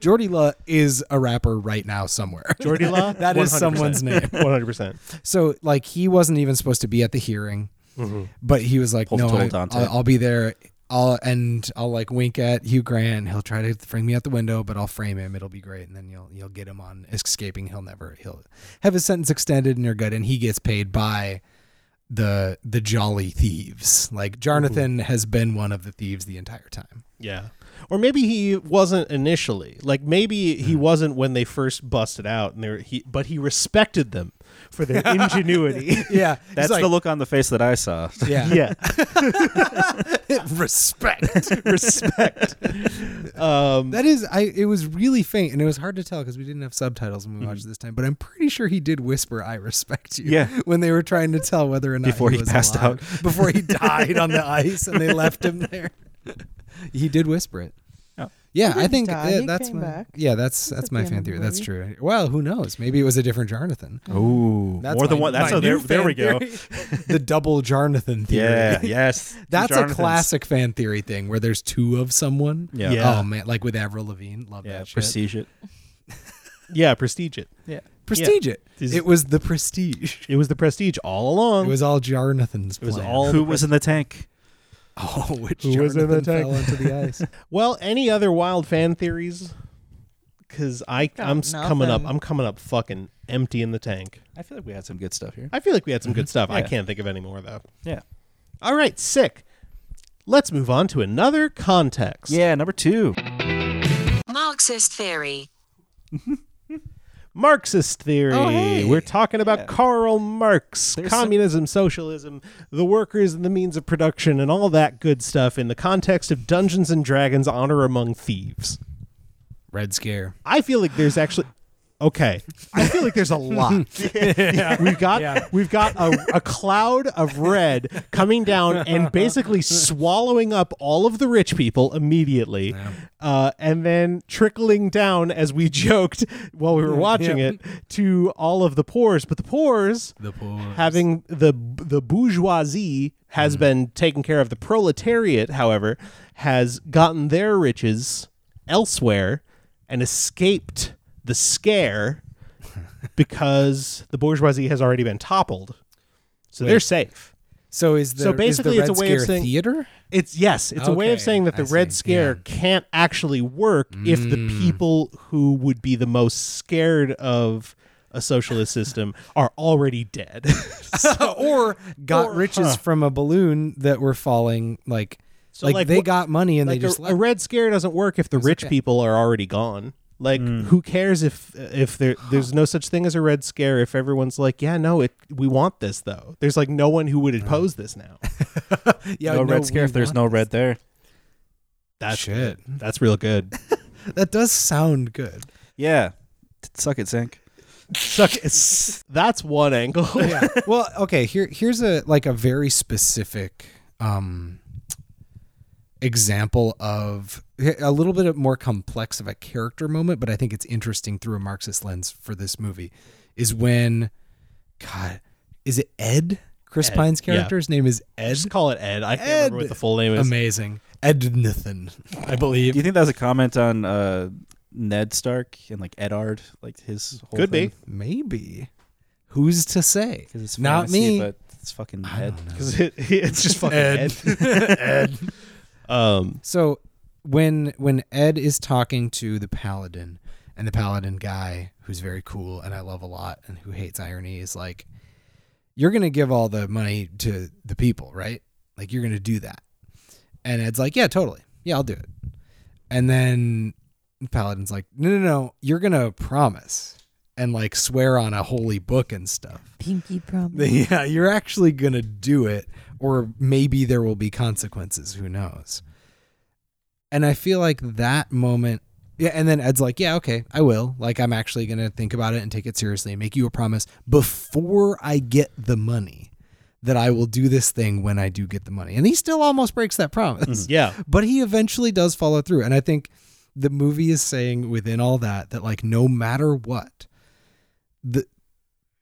Speaker 4: Jordy La is a rapper right now somewhere.
Speaker 1: Jordy La.
Speaker 4: [LAUGHS] That is someone's name.
Speaker 1: One hundred percent.
Speaker 4: So, like, he wasn't even supposed to be at the hearing,
Speaker 3: Mm-hmm.
Speaker 4: but he was like,
Speaker 3: Pulled
Speaker 4: "No,
Speaker 3: total
Speaker 4: I,
Speaker 3: Dante.
Speaker 4: will I'll be there. I'll and I'll like wink at Hugh Grant. He'll try to frame me out the window, but I'll frame him. It'll be great, and then you'll you'll get him on escaping. He'll never. He'll have his sentence extended in your gut, and he gets paid by the the jolly thieves. Like Jonathan has been one of the thieves the entire time.
Speaker 1: Yeah. Or maybe he wasn't initially. Like maybe he wasn't when they first busted out and they he but he respected them for their ingenuity.
Speaker 4: Yeah,
Speaker 3: That's the look on the face that I saw. [LAUGHS]
Speaker 4: Yeah,
Speaker 1: [LAUGHS] yeah.
Speaker 4: respect.
Speaker 1: Respect. Um
Speaker 4: that is, I. It was really faint, and it was hard to tell because we didn't have subtitles when we watched it this time. But I'm pretty sure he did whisper, "I respect you."
Speaker 3: Mm-hmm. Yeah.
Speaker 4: [LAUGHS] when they were trying to tell whether or not
Speaker 3: Before he
Speaker 4: was
Speaker 3: passed
Speaker 4: alive. [LAUGHS] before he
Speaker 3: [LAUGHS]
Speaker 4: died on the ice, and they left him there. he did whisper it.
Speaker 3: Oh.
Speaker 4: Yeah,
Speaker 2: He
Speaker 4: I
Speaker 2: didn't
Speaker 4: think
Speaker 2: die,
Speaker 4: uh,
Speaker 2: he
Speaker 4: that's
Speaker 2: came
Speaker 4: my,
Speaker 2: back.
Speaker 4: yeah, that's that's
Speaker 2: at
Speaker 4: my
Speaker 2: the
Speaker 4: fan
Speaker 2: end of
Speaker 4: theory.
Speaker 2: the
Speaker 4: That's
Speaker 2: movie.
Speaker 4: true. Well, who knows? Maybe it was a different Jonathan.
Speaker 3: Ooh,
Speaker 4: That's
Speaker 3: more than
Speaker 4: my-
Speaker 3: one. That's
Speaker 4: my
Speaker 3: how there.
Speaker 4: new
Speaker 3: There we
Speaker 4: fan
Speaker 3: go.
Speaker 4: theory. the double Jonathan
Speaker 3: [LAUGHS]
Speaker 4: theory.
Speaker 3: Yeah. Yes. Two
Speaker 4: That's a
Speaker 3: Jonathans.
Speaker 4: classic fan theory thing where there's two of someone.
Speaker 3: Yeah.
Speaker 1: Yeah.
Speaker 4: Oh man, like with Avril Lavigne, love
Speaker 3: Yeah.
Speaker 4: that shit.
Speaker 3: Prestige it.
Speaker 1: [LAUGHS] yeah, prestige it.
Speaker 4: [LAUGHS] yeah. Prestige it.
Speaker 1: This-
Speaker 4: It was the prestige.
Speaker 1: It was the prestige all along.
Speaker 4: It was all Jonathan's
Speaker 1: It was
Speaker 4: plan.
Speaker 1: all
Speaker 3: Who was in the tank?
Speaker 4: oh, which
Speaker 1: Who
Speaker 4: Jonathan
Speaker 1: was in the tank?
Speaker 4: fell into the
Speaker 1: [LAUGHS]
Speaker 4: ice.
Speaker 1: Well, any other wild fan theories? Cuz I
Speaker 2: Got
Speaker 1: I'm s- coming up.
Speaker 2: nothing.
Speaker 1: I'm coming up fucking empty in the tank.
Speaker 3: I feel like we had some good stuff here.
Speaker 1: I feel like we had some good stuff. I
Speaker 3: Mm-hmm. Yeah.
Speaker 1: can't think of any more though.
Speaker 3: Yeah.
Speaker 1: All right, sick. Let's move on to another context.
Speaker 3: Yeah. Number two.
Speaker 6: Marxist theory.
Speaker 1: Marxist theory.
Speaker 4: Oh, hey.
Speaker 1: We're talking about
Speaker 3: Yeah.
Speaker 1: Karl Marx,
Speaker 3: There's some-
Speaker 1: communism, socialism, the workers and the means of production, and all that good stuff in the context of Dungeons and Dragons Honor Among Thieves.
Speaker 4: [LAUGHS] Red Scare.
Speaker 1: I feel like there's actually okay. I feel like there's a lot. We've got we've got a, a cloud of red coming down and basically swallowing up all of the rich people immediately, uh, and then trickling down as we joked while we were watching
Speaker 4: Yeah.
Speaker 1: it to all of the poor's. But the poor's
Speaker 4: The poor.
Speaker 1: having the the bourgeoisie has
Speaker 4: Mm-hmm.
Speaker 1: been taken care of. The proletariat, however, has gotten their riches elsewhere and escaped the
Speaker 4: [LAUGHS]
Speaker 1: scare because the bourgeoisie has already been toppled. So they're safe.
Speaker 4: So is the
Speaker 1: So
Speaker 4: is the
Speaker 1: basically it's
Speaker 4: Red
Speaker 1: a way of
Speaker 4: Scare
Speaker 1: saying-
Speaker 4: theater? [LAUGHS]
Speaker 1: It's yes, it's a way of
Speaker 4: Okay,
Speaker 1: saying that the
Speaker 4: I
Speaker 1: Red
Speaker 4: see,
Speaker 1: Scare
Speaker 4: yeah. Mm.
Speaker 1: can't actually work if the people who would be the most scared of a socialist system are already dead.
Speaker 4: [LAUGHS]
Speaker 1: [LAUGHS]
Speaker 4: or got riches from a balloon that were falling like like,
Speaker 1: like,
Speaker 4: they
Speaker 1: what-
Speaker 4: got money and
Speaker 1: like
Speaker 4: they just
Speaker 1: a,
Speaker 4: left.
Speaker 1: a red scare doesn't work if the rich
Speaker 4: okay.
Speaker 1: people are already gone. Like
Speaker 4: Hmm.
Speaker 1: who cares if if there there's no such thing as a red scare if everyone's like yeah no it we want this though there's like no one who would
Speaker 4: Hmm.
Speaker 1: oppose this now
Speaker 4: yeah,
Speaker 3: no red
Speaker 4: Uh, we
Speaker 3: scare if there's
Speaker 4: want
Speaker 3: no red there.
Speaker 1: that's
Speaker 4: Shit.
Speaker 1: that's real good
Speaker 4: That does sound good.
Speaker 3: Yeah. Suck it, Zink.
Speaker 1: Suck it. [LAUGHS] that's one angle
Speaker 4: [LAUGHS] yeah. Well, okay, here here's a like a very specific um example of a little bit of more complex of a character moment, but I think it's interesting through a Marxist lens for this movie is when God, is it Ed? Chris
Speaker 1: Ed,
Speaker 4: Pine's
Speaker 1: yeah.
Speaker 4: character's name is Ed.
Speaker 1: [LAUGHS] just call it Ed I can't remember
Speaker 4: Ed.
Speaker 1: what the full name is
Speaker 4: Amazing. Ed Nathan, I
Speaker 3: Do
Speaker 4: believe.
Speaker 3: you think that was a comment on uh, Ned Stark and like Edard, like his whole
Speaker 1: Could be.
Speaker 4: Maybe. Who's to say?
Speaker 3: because it's
Speaker 4: Not
Speaker 3: fantasy,
Speaker 4: me.
Speaker 3: but it's fucking Ned.
Speaker 1: because it, [LAUGHS] it's just fucking Ed,
Speaker 4: Ed.
Speaker 1: um
Speaker 4: So when when Ed is talking to the paladin and the paladin guy who's very cool and I love a lot and who hates irony is like you're going to give all the money to the people, right? Like you're going to do that. And Ed's like, "Yeah, totally. Yeah, I'll do it." And then the paladin's like, "No, no, no. You're going to promise." And like swear on a holy book and stuff.
Speaker 2: Pinky
Speaker 4: [LAUGHS]
Speaker 2: promise.
Speaker 4: Yeah, you're actually going to do it, or maybe there will be consequences. Who knows? And I feel like that moment. Yeah, and then Ed's like, yeah, okay, I will. Like, I'm actually going to think about it and take it seriously and make you a promise before I get the money that I will do this thing when I do get the money. And he still almost breaks that
Speaker 1: [LAUGHS]
Speaker 4: promise
Speaker 1: yeah
Speaker 4: but he eventually does follow through and i think the movie is saying within all that that like no matter what the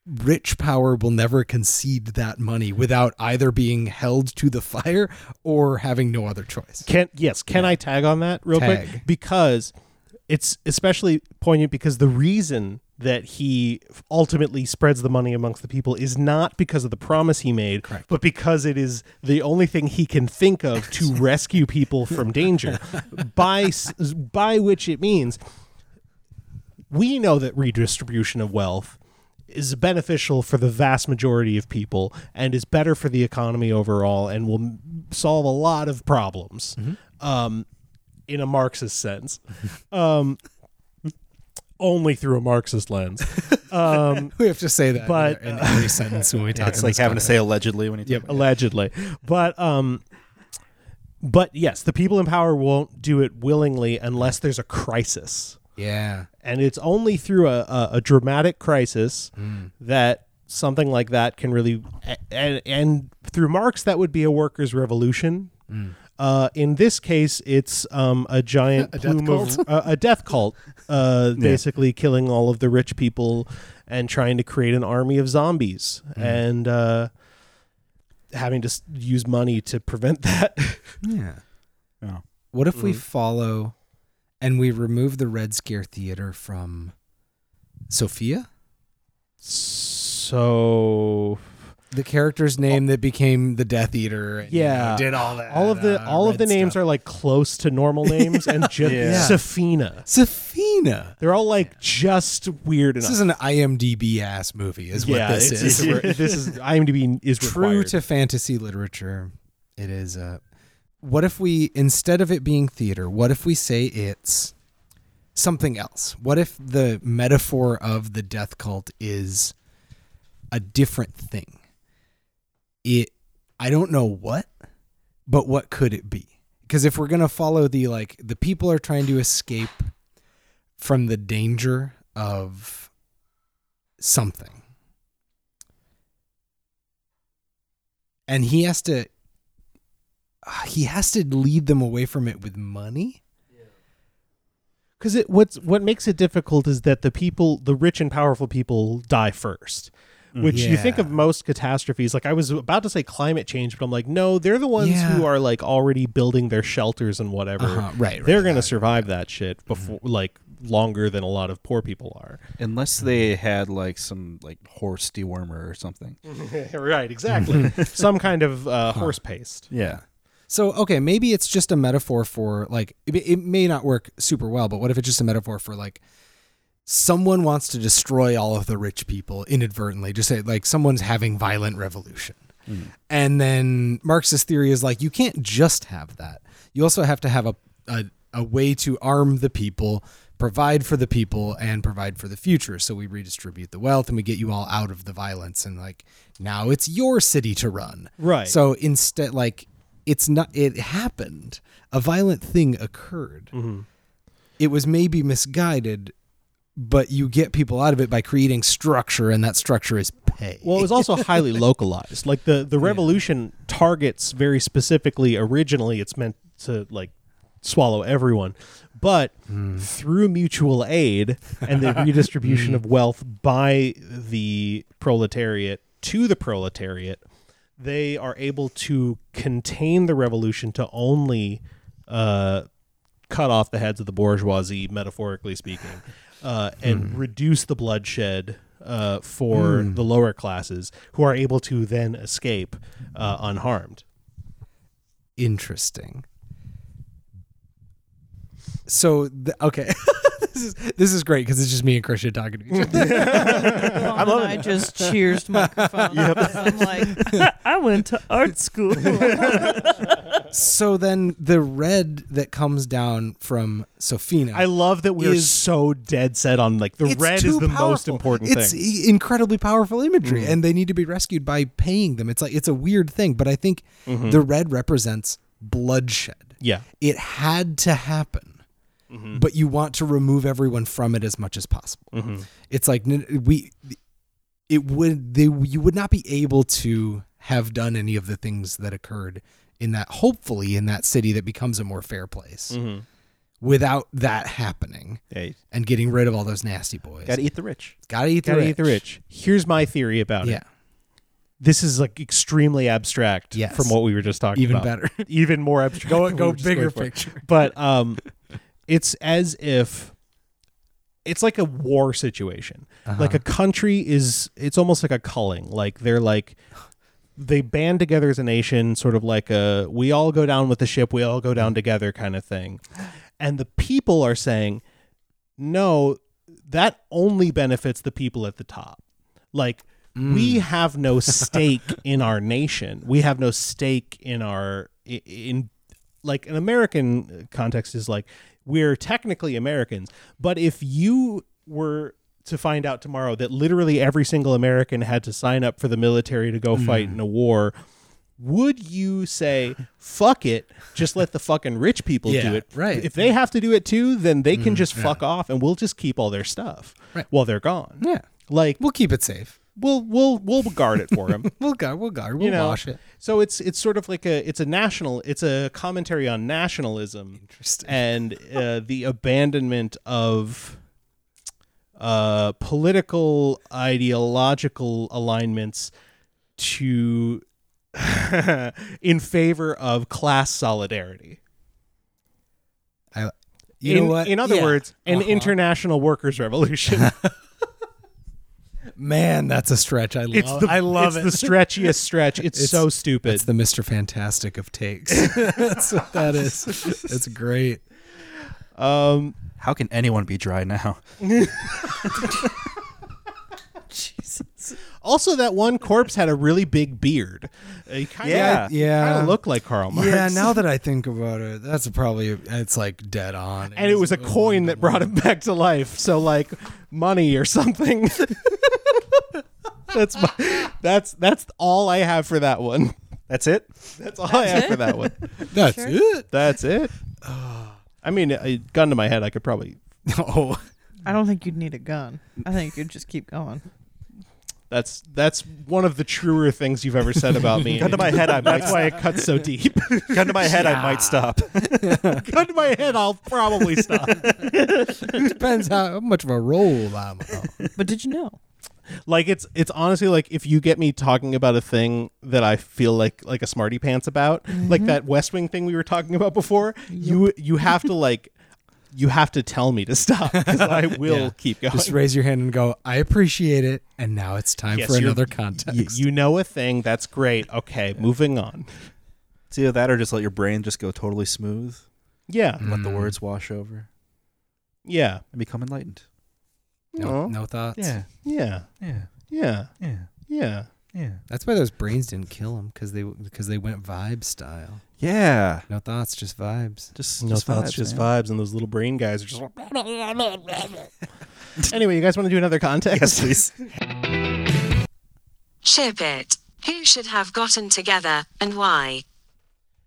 Speaker 4: rich power will never concede that money without either being held to the fire or having no other choice
Speaker 1: Can yes, can I tag on that real quick?
Speaker 4: Tag.
Speaker 1: Because it's especially poignant because the reason that he ultimately spreads the money amongst the people is not because of the promise he made,
Speaker 4: Correct.
Speaker 1: but because it is the only thing he can think of
Speaker 4: [LAUGHS]
Speaker 1: to rescue people from danger. by s- by which it means we know that redistribution of wealth is beneficial for the vast majority of people and is better for the economy overall and will m- solve a lot of problems
Speaker 4: Mm-hmm.
Speaker 1: um, in a Marxist sense. Um, only through a Marxist lens. Um,
Speaker 4: [LAUGHS] We have to say that
Speaker 1: But,
Speaker 4: in every sentence when we talk.
Speaker 3: It's like having to say allegedly when you.
Speaker 4: Yep.
Speaker 1: allegedly but um but yes the people in power won't do it willingly unless there's a crisis
Speaker 4: yeah,
Speaker 1: and it's only through a, a, a dramatic crisis that something like that can really a- and, and through marx that would be a workers revolution Uh, in this case, it's um, a giant
Speaker 4: [LAUGHS] A death
Speaker 1: plume of uh, a death cult, uh, basically killing all of the rich people and trying to create an army of zombies and uh, having to s- use money to prevent [LAUGHS] that.
Speaker 4: yeah.
Speaker 3: Yeah.
Speaker 4: What if we follow and we remove the Red Scare Theater from Sophia,
Speaker 1: so
Speaker 4: the character's name that became the Death Eater? And, you know,
Speaker 1: Oh. Yeah.
Speaker 4: did all that? Uh,
Speaker 1: all of the all of the names are like close to normal names [LAUGHS] and just
Speaker 3: Yeah.
Speaker 1: Safina.
Speaker 4: Safina.
Speaker 1: They're all like just weird enough.
Speaker 4: This is an IMDb ass movie, is
Speaker 1: [LAUGHS] yeah,
Speaker 4: what this
Speaker 1: it's-
Speaker 4: is.
Speaker 1: it's- this is IMDb is
Speaker 4: true
Speaker 1: required.
Speaker 4: to fantasy literature. It is. Uh, what if we instead of it being theater, what if we say it's something else? What if the metaphor of the death cult is a different thing? It. I don't know what, but what could it be? Because if we're gonna follow the like, the people are trying to escape from the danger of something. and he has to Ah, he has to lead them away from it with money
Speaker 1: because it what's what makes it difficult is that the people, the rich and powerful people, die first. Which you think
Speaker 4: Yeah.
Speaker 1: of most catastrophes. Like I was about to say climate change, but I'm like, no, they're the ones
Speaker 4: Yeah.
Speaker 1: who are like already building their shelters and whatever.
Speaker 4: Uh-huh, right,
Speaker 1: They're
Speaker 4: right,
Speaker 1: gonna
Speaker 4: right,
Speaker 1: survive that shit before, like longer than a lot of poor people are.
Speaker 3: Unless they had like some like horse dewormer or something.
Speaker 1: [LAUGHS] right, exactly. Some kind of uh, horse paste.
Speaker 3: Yeah.
Speaker 4: so okay maybe it's just a metaphor for like it, it may not work super well but what if it's just a metaphor for like someone wants to destroy all of the rich people inadvertently just say like someone's having violent revolution and then marxist theory is like you can't just have that you also have to have a, a, a way to arm the people provide for the people and provide for the future so we redistribute the wealth and we get you all out of the violence and like now it's your city to run
Speaker 1: Right.
Speaker 4: so instead like it's not it happened a violent thing occurred it was maybe misguided but you get people out of it by creating structure and that structure is pay
Speaker 1: Well, it was also [LAUGHS] highly localized. Like the the revolution targets very specifically. Originally, it's meant to like swallow everyone, but through mutual aid and [LAUGHS] the redistribution of wealth by the proletariat to the proletariat, they are able to contain the revolution to only uh, cut off the heads of the bourgeoisie, metaphorically speaking, uh, and
Speaker 4: Hmm.
Speaker 1: reduce the bloodshed uh, for the lower classes who are able to then escape uh, unharmed.
Speaker 4: interesting so the, okay [LAUGHS] this is this is great because it's just me and christian talking to each
Speaker 1: [LAUGHS]
Speaker 4: other
Speaker 2: I, I just cheers to microphone. [LAUGHS] I'm like, [LAUGHS] I went to art school.
Speaker 4: so then the red that comes down from sophina
Speaker 1: I love that we're
Speaker 4: Is-
Speaker 1: so dead set on like the
Speaker 4: It's
Speaker 1: red is
Speaker 4: too
Speaker 1: the most
Speaker 4: powerful.
Speaker 1: important
Speaker 4: it's e-
Speaker 1: thing. Mm.
Speaker 4: i- incredibly powerful imagery, and they need to be rescued by paying them. It's like it's a weird thing, but I think
Speaker 1: Mm-hmm.
Speaker 4: the red represents bloodshed.
Speaker 1: Yeah.
Speaker 4: It had to happen,
Speaker 1: Mm-hmm.
Speaker 4: but you want to remove everyone from it as much as possible.
Speaker 1: Mm-hmm.
Speaker 4: It's like n- we, it would they you would not be able to have done any of the things that occurred in that hopefully in that city that becomes a more fair place
Speaker 1: Mm-hmm.
Speaker 4: without that happening
Speaker 3: Hey,
Speaker 4: and getting rid of all those nasty boys
Speaker 3: gotta eat the rich.
Speaker 4: e- Gotta eat the
Speaker 1: Gotta
Speaker 4: rich.
Speaker 1: eat the rich. Here's my theory about
Speaker 4: Yeah.
Speaker 1: it. This is like extremely abstract
Speaker 4: Yes.
Speaker 1: from what we were just talking
Speaker 4: Even
Speaker 1: about.
Speaker 4: better.
Speaker 1: Even more abstract.
Speaker 4: Go-
Speaker 1: than
Speaker 4: [LAUGHS] go
Speaker 1: we [LAUGHS] were just
Speaker 4: bigger
Speaker 1: going for.
Speaker 4: picture.
Speaker 1: [LAUGHS] But um it's as if it's like a war situation. Like a country is it's almost like a culling. Like they're like they band together as a nation, sort of like a we all go down with the ship, we all go down together kind of thing. And the people are saying, no, that only benefits the people at the top. Like
Speaker 4: Mm.
Speaker 1: we have
Speaker 4: [LAUGHS]
Speaker 1: no stake in our nation. We have no stake in our i- in like an American context is like we're technically Americans, but if you were to find out tomorrow that literally every single American had to sign up for the military to
Speaker 4: Mm.
Speaker 1: go fight in a war, would you say fuck it, just let the fucking rich people
Speaker 4: Yeah,
Speaker 1: do it?
Speaker 4: right.
Speaker 1: If they have to do it too, then they can just fuck off and we'll just keep all their stuff
Speaker 4: Mm-hmm. Right.
Speaker 1: while they're gone.
Speaker 4: Yeah.
Speaker 1: Like
Speaker 4: We'll keep it safe.
Speaker 1: we'll we'll we'll guard it for them.
Speaker 4: [LAUGHS] We'll guard. We'll guard. We'll
Speaker 1: you know.
Speaker 4: wash it.
Speaker 1: So it's it's sort of like a it's a national it's a commentary on nationalism
Speaker 4: Interesting.
Speaker 1: and uh, the abandonment of uh, political ideological alignments to [LAUGHS] in favor of class solidarity.
Speaker 4: I, you
Speaker 1: in,
Speaker 4: know what?
Speaker 1: in other
Speaker 4: Yeah.
Speaker 1: words, an
Speaker 4: Uh-huh.
Speaker 1: international workers' revolution.
Speaker 4: man, that's a stretch. I love.
Speaker 1: it's the
Speaker 4: I [LAUGHS] love
Speaker 1: it's
Speaker 4: it.
Speaker 1: the stretchiest stretch. It's,
Speaker 4: It's-
Speaker 1: so stupid.
Speaker 4: It's the Mr. Fantastic of
Speaker 1: [LAUGHS]
Speaker 4: takes. [LAUGHS] That's what that is. That's great.
Speaker 1: um,
Speaker 3: How can anyone be dry now?
Speaker 1: Also, that one corpse had a really big beard. Uh, He kind of
Speaker 3: Yeah.
Speaker 4: Yeah.
Speaker 1: kind of looked like Karl Marx.
Speaker 4: Yeah, now that I think about it, that's probably it's like dead on.
Speaker 1: [LAUGHS] and it was a coin that brought him back to life. So like money or something. [LAUGHS] that's my, that's that's all I have for that one.
Speaker 3: That's it.
Speaker 1: That's all I have for that
Speaker 4: [LAUGHS]
Speaker 1: one.
Speaker 4: That's it.
Speaker 1: That's it. I mean, a gun to my head, I could probably.
Speaker 4: No.
Speaker 2: [LAUGHS] I don't think you'd need a gun. I think you'd just keep going.
Speaker 1: That's that's one of the truer things you've ever said about
Speaker 3: [LAUGHS]
Speaker 1: me.
Speaker 3: Gun to my head, I might.
Speaker 1: That's why it cuts so
Speaker 3: [LAUGHS]
Speaker 1: deep.
Speaker 3: Gun to my head, I might
Speaker 1: [LAUGHS]
Speaker 3: stop.
Speaker 1: gun to my head, I'll probably stop.
Speaker 4: Depends how much of a role
Speaker 1: [LAUGHS]
Speaker 4: I'm on.
Speaker 2: But did you know?
Speaker 1: like it's it's honestly like if you get me talking about a thing that I feel like like a smarty pants about, like
Speaker 4: Mm-hmm.
Speaker 1: that West Wing thing we were talking about before, you you have to like you have to tell me to stop because I
Speaker 3: [LAUGHS]
Speaker 1: will
Speaker 4: Yeah.
Speaker 1: keep going.
Speaker 4: Just raise your hand and go, I appreciate it. And now it's time
Speaker 1: Yes,
Speaker 4: for
Speaker 1: you're-
Speaker 4: another
Speaker 1: you,
Speaker 4: context.
Speaker 1: you know a thing that's great. Okay, moving on.
Speaker 3: It's either that or just let your brain just go totally smooth.
Speaker 1: Yeah,
Speaker 4: Mm.
Speaker 3: Let the words wash over
Speaker 1: yeah,
Speaker 3: and become enlightened.
Speaker 4: no, no thoughts.
Speaker 1: yeah,
Speaker 3: yeah,
Speaker 1: yeah,
Speaker 3: yeah,
Speaker 1: yeah.
Speaker 3: yeah.
Speaker 4: That's why those brains didn't kill him because they because they went vibe style.
Speaker 3: Yeah.
Speaker 4: No thoughts, just vibes.
Speaker 3: Just
Speaker 1: No
Speaker 3: just
Speaker 1: thoughts,
Speaker 3: vibes,
Speaker 1: just
Speaker 3: man.
Speaker 1: vibes, and those little brain guys are just. [LAUGHS] anyway, you guys want to do another context?
Speaker 3: Yes, please. [LAUGHS]
Speaker 6: Ship it. Who should have gotten together, and why?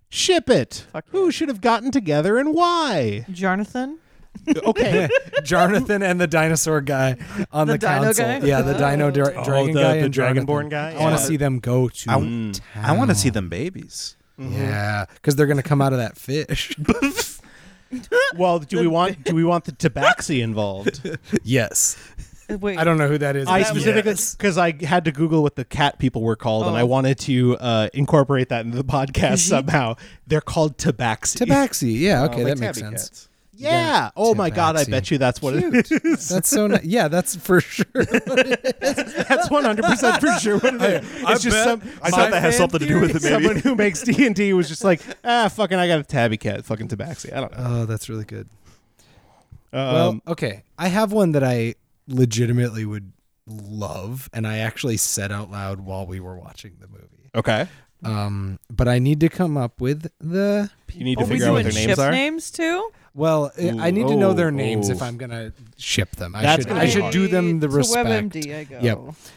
Speaker 1: Ship it. Who should have gotten together and why?
Speaker 2: Jonathan?
Speaker 1: Okay,
Speaker 4: [LAUGHS] Jonathan and the dinosaur guy on the,
Speaker 2: The dino
Speaker 4: council.
Speaker 2: guy?
Speaker 4: Yeah, the dino dra-
Speaker 1: Oh,
Speaker 4: dragon
Speaker 1: the-
Speaker 4: guy
Speaker 1: the
Speaker 4: and Jonathan.
Speaker 1: dragonborn guy?
Speaker 4: I want to
Speaker 1: Yeah.
Speaker 4: see them go to.
Speaker 3: I w-
Speaker 4: town.
Speaker 3: I want to see them babies.
Speaker 4: Yeah, because they're gonna come out of
Speaker 1: [LAUGHS]
Speaker 4: that fish.
Speaker 1: Well, do we want do we want the tabaxi
Speaker 3: [LAUGHS]
Speaker 1: involved?
Speaker 4: yes,
Speaker 2: Uh, Wait.
Speaker 4: I don't know who that is.
Speaker 1: I
Speaker 4: but
Speaker 1: specifically
Speaker 4: yes.
Speaker 1: because I had to Google what the cat people were called, and I
Speaker 2: Oh.
Speaker 1: wanted to uh, incorporate that into the podcast
Speaker 3: [LAUGHS]
Speaker 1: somehow. They're called tabaxi.
Speaker 4: Tabaxi.
Speaker 1: Oh,
Speaker 4: Yeah,
Speaker 3: Uh,
Speaker 4: okay,
Speaker 3: like
Speaker 4: that makes
Speaker 3: tabby
Speaker 4: sense.
Speaker 3: cats.
Speaker 1: Yeah.
Speaker 4: Yeah,
Speaker 1: oh my god, I
Speaker 4: tabaxi.
Speaker 1: bet you that's what it is.
Speaker 4: [LAUGHS] That's so. Ni- yeah, that's for sure.
Speaker 1: [LAUGHS] that's one hundred percent for sure. What it is. It's
Speaker 3: I
Speaker 1: just
Speaker 3: bet-
Speaker 1: some. my
Speaker 3: I thought that has
Speaker 1: fan
Speaker 3: something to do with it, maybe.
Speaker 1: Someone who makes D and D was just like, ah, fucking, I got a tabby cat, fucking tabaxi. I don't know.
Speaker 4: Oh, that's really good.
Speaker 1: Um,
Speaker 4: well, okay. I have one that I legitimately would love, and I actually said out loud while we were watching the movie.
Speaker 1: okay.
Speaker 4: Um, but I need to come up with the
Speaker 1: You need
Speaker 2: Oh,
Speaker 1: to
Speaker 2: we
Speaker 1: figure out what
Speaker 2: doing
Speaker 1: their names
Speaker 2: ship
Speaker 1: are.
Speaker 2: names too?
Speaker 4: Well, i I need to know their
Speaker 1: oh,
Speaker 3: Ooh,
Speaker 4: names
Speaker 3: ooh.
Speaker 4: if I'm gonna ship them. I
Speaker 1: That's
Speaker 4: should.
Speaker 1: gonna
Speaker 4: I
Speaker 1: be
Speaker 4: should
Speaker 1: hard.
Speaker 4: do them the
Speaker 2: To
Speaker 4: respect.
Speaker 2: WebMD, I go.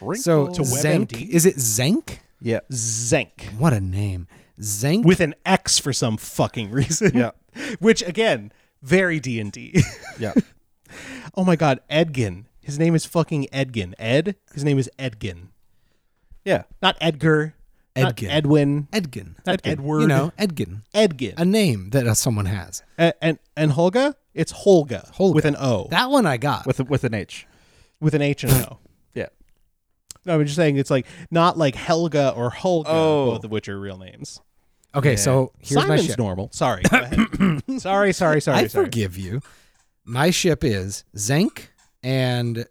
Speaker 4: Yep. So
Speaker 1: To
Speaker 4: Zenk
Speaker 1: WebMD?
Speaker 4: is it Zenk?
Speaker 3: Yeah.
Speaker 1: Zenk.
Speaker 4: What a name, Zenk.
Speaker 1: with an X for some fucking reason.
Speaker 3: Yeah.
Speaker 1: [LAUGHS] Which again, very D and D.
Speaker 3: Yeah.
Speaker 1: [LAUGHS] Oh my god, Edgin. His name is fucking Edgin. Ed. His name is Edgin.
Speaker 3: Yeah.
Speaker 1: Not Edgar. not
Speaker 4: Edgin.
Speaker 1: Edwin.
Speaker 4: Edgin.
Speaker 1: Not Edward.
Speaker 4: You know, Edgin.
Speaker 1: Edgin.
Speaker 4: A name that uh, someone has.
Speaker 1: A- and and Holga. It's Holga,
Speaker 4: Holga.
Speaker 1: with an O,
Speaker 4: That one I got.
Speaker 3: With a, with an H.
Speaker 1: with an H and an O.
Speaker 3: Yeah.
Speaker 1: No, I'm just saying it's like not like Helga or Holga,
Speaker 3: Oh.
Speaker 1: both of which are real names.
Speaker 4: okay, so here's my
Speaker 1: Simon's
Speaker 4: ship.
Speaker 1: normal. Sorry. Go
Speaker 4: [COUGHS]
Speaker 1: ahead. sorry. Sorry. Sorry.
Speaker 4: I
Speaker 1: sorry.
Speaker 4: forgive you. My ship is Zenk and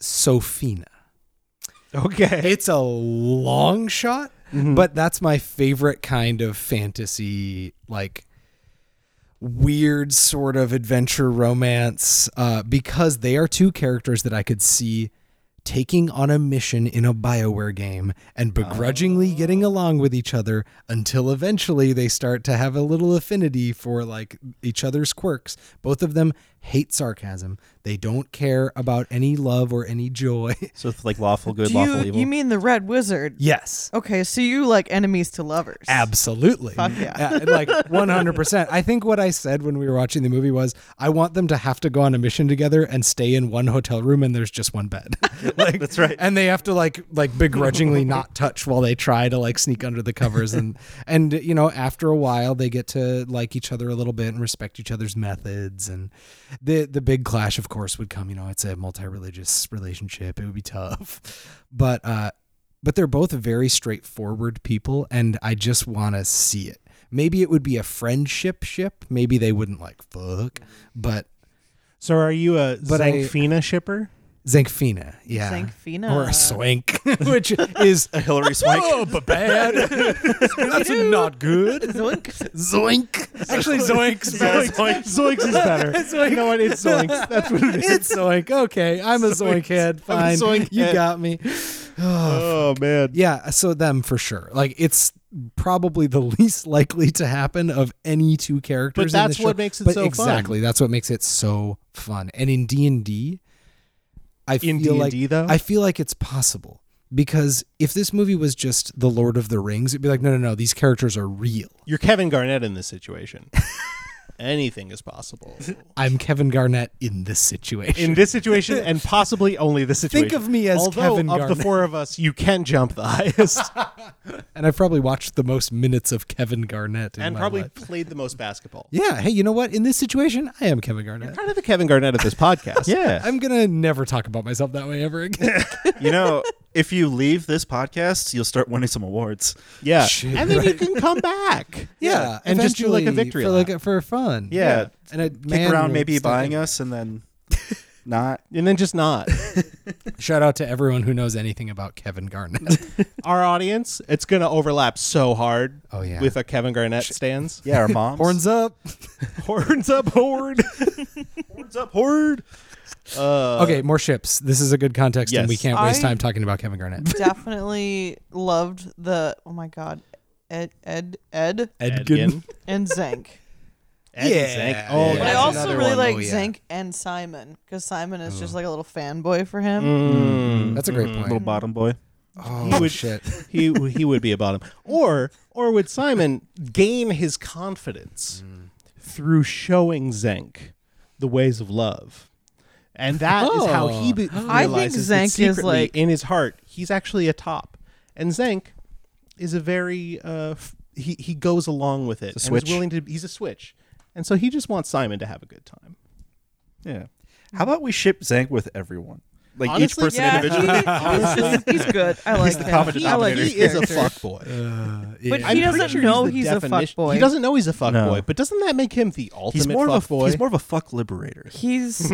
Speaker 4: Sophina.
Speaker 1: Okay. Mm-hmm.
Speaker 4: It's a long shot, but that's my favorite kind of fantasy, like weird sort of adventure romance, uh, because they are two characters that I could see taking on a mission in a BioWare game and begrudgingly
Speaker 2: Oh.
Speaker 4: getting along with each other until eventually they start to have a little affinity for like each other's quirks. Both of them hate sarcasm. They don't care about any love or any joy. [LAUGHS]
Speaker 3: So it's like lawful good,
Speaker 2: Do
Speaker 3: lawful
Speaker 2: you,
Speaker 3: evil. [LAUGHS]
Speaker 2: you mean the Red Wizard?
Speaker 4: yes.
Speaker 2: Okay, so you like enemies to lovers.
Speaker 4: Absolutely.
Speaker 2: Fuck yeah.
Speaker 4: Uh, like 100%. I think what I said when we were watching the movie was I want them to have to go on a mission together and stay in one hotel room and there's just one bed. [LAUGHS] like That's
Speaker 3: right.
Speaker 4: And they have to like like begrudgingly not touch while they try to like sneak under the covers and and you know after a while they get to like each other a little bit and respect each other's methods and the the big clash of course would come, you know, it's a multi-religious relationship. It would be tough. [LAUGHS] But uh but they're both very straightforward people and i just want to see it maybe it would be a friendship ship maybe they wouldn't like fuck but
Speaker 1: So are you a
Speaker 4: But I-
Speaker 1: Zankfina shipper?
Speaker 4: zankfina yeah
Speaker 2: Zankfina.
Speaker 4: or a
Speaker 2: [LAUGHS]
Speaker 4: swank [LAUGHS] which is
Speaker 3: a Hillary Swank.
Speaker 4: oh
Speaker 1: [LAUGHS]
Speaker 4: but bad that's not good
Speaker 2: Zoink.
Speaker 4: zoink actually zoink's best.
Speaker 1: Zoinks is
Speaker 4: [LAUGHS]
Speaker 1: better. You know what? [LAUGHS] It's Zoinks. That's what it is.
Speaker 4: it's zoink okay i'm a zoink head
Speaker 1: I'm a
Speaker 4: fine
Speaker 1: zoink
Speaker 4: you
Speaker 1: head.
Speaker 4: got me
Speaker 1: Oh man.
Speaker 4: Yeah, so them for sure. Like it's probably the [LAUGHS] least likely to happen of any two characters. in
Speaker 1: that's
Speaker 4: the show.
Speaker 1: what makes it
Speaker 4: But
Speaker 1: so fun.
Speaker 4: exactly. That's what makes it so fun. And in D and D, I feel
Speaker 1: In
Speaker 4: like
Speaker 1: D&D, though?
Speaker 4: I feel like it's possible because if this movie was just The Lord of the Rings, it'd be like no, no, no. These characters are real.
Speaker 1: You're Kevin Garnett in this
Speaker 4: [LAUGHS]
Speaker 1: situation. Anything is possible.
Speaker 4: I'm Kevin Garnett in this situation.
Speaker 1: In this situation, and possibly only this situation.
Speaker 4: Think of me as
Speaker 1: Although,
Speaker 4: Kevin
Speaker 1: of
Speaker 4: Garnett.
Speaker 1: the four of us, you can jump the highest,
Speaker 4: and I've probably watched the most minutes of Kevin Garnett [LAUGHS] in
Speaker 1: and
Speaker 4: my
Speaker 1: probably
Speaker 4: life.
Speaker 1: played the most basketball.
Speaker 4: Yeah. Hey, you know what? In this situation, I am Kevin Garnett.
Speaker 1: Kind of the Kevin Garnett of this podcast.
Speaker 3: yeah.
Speaker 4: I'm gonna never talk about myself that way ever again.
Speaker 3: [LAUGHS] you know, if you leave this podcast, you'll start winning some awards.
Speaker 1: yeah.
Speaker 4: Shit.
Speaker 1: And then you can come
Speaker 4: [LAUGHS]
Speaker 1: back.
Speaker 4: yeah,
Speaker 1: and just do like a
Speaker 4: eventually,
Speaker 1: victory
Speaker 4: for
Speaker 1: lap.
Speaker 4: like for fun.
Speaker 3: Yeah.
Speaker 4: and I
Speaker 3: Kick around maybe buying us and then [LAUGHS] not.
Speaker 1: and then just
Speaker 4: [LAUGHS]
Speaker 1: not.
Speaker 4: Shout out to everyone who knows anything about Kevin Garnett.
Speaker 1: Our audience, it's gonna overlap so hard.
Speaker 4: Oh, yeah.
Speaker 1: with a Kevin Garnett stands.
Speaker 3: Yeah, our moms.
Speaker 4: Horns up.
Speaker 1: [LAUGHS] horns up,
Speaker 4: [LAUGHS]
Speaker 1: horde.
Speaker 3: Horns up, horde.
Speaker 1: Uh,
Speaker 4: okay, more ships. This is a good context, and we
Speaker 1: yes.
Speaker 4: can't waste
Speaker 2: I-
Speaker 4: time talking about Kevin Garnett.
Speaker 2: Definitely loved the. Oh my god. Ed, Ed, [LAUGHS] Ed,
Speaker 1: Edgin.
Speaker 2: and Zank.
Speaker 1: Ed
Speaker 4: Yeah.
Speaker 1: Zank. Oh,
Speaker 3: Yeah.
Speaker 2: But I
Speaker 1: that's
Speaker 2: also
Speaker 1: another
Speaker 2: really
Speaker 1: one.
Speaker 2: like
Speaker 4: Oh, yeah.
Speaker 2: Zank and Simon because Simon is just like a little fanboy for him.
Speaker 1: Mm.
Speaker 4: That's a great
Speaker 3: Little
Speaker 4: point.
Speaker 3: bottom boy.
Speaker 4: Oh
Speaker 1: would-
Speaker 4: shit!
Speaker 1: he he would be a bottom. Or or would Simon gain his confidence through showing Zank the ways of love? And that is how he be- realizes
Speaker 2: Oh. I think Zank
Speaker 1: that
Speaker 2: is
Speaker 1: secretly
Speaker 2: like-
Speaker 1: in his heart he's actually a top. And Zank is a very uh f- he he goes along with it
Speaker 3: It's a
Speaker 1: and is
Speaker 3: switch.
Speaker 1: willing to he's a switch. And so he just wants Simon to have a good time.
Speaker 3: Yeah. How about we ship Zank with everyone? Like each
Speaker 1: Honestly,
Speaker 3: person
Speaker 1: yeah,
Speaker 3: individually.
Speaker 2: he- he's, just- he's good. I like him.
Speaker 3: common
Speaker 2: I like
Speaker 3: denominator.
Speaker 2: his
Speaker 1: He is a
Speaker 2: character. [LAUGHS]
Speaker 1: fuckboy.
Speaker 2: But
Speaker 1: I'm
Speaker 2: he
Speaker 1: pretty
Speaker 2: doesn't
Speaker 1: sure
Speaker 2: know
Speaker 1: the
Speaker 2: he's, a
Speaker 1: definition-
Speaker 2: fuckboy.
Speaker 1: He doesn't know he's a fuckboy,
Speaker 3: No.
Speaker 1: but doesn't that make him the ultimate
Speaker 3: He's more of a
Speaker 1: fuckboy?
Speaker 3: he's more of a fuck liberator.
Speaker 1: [LAUGHS]
Speaker 2: He's.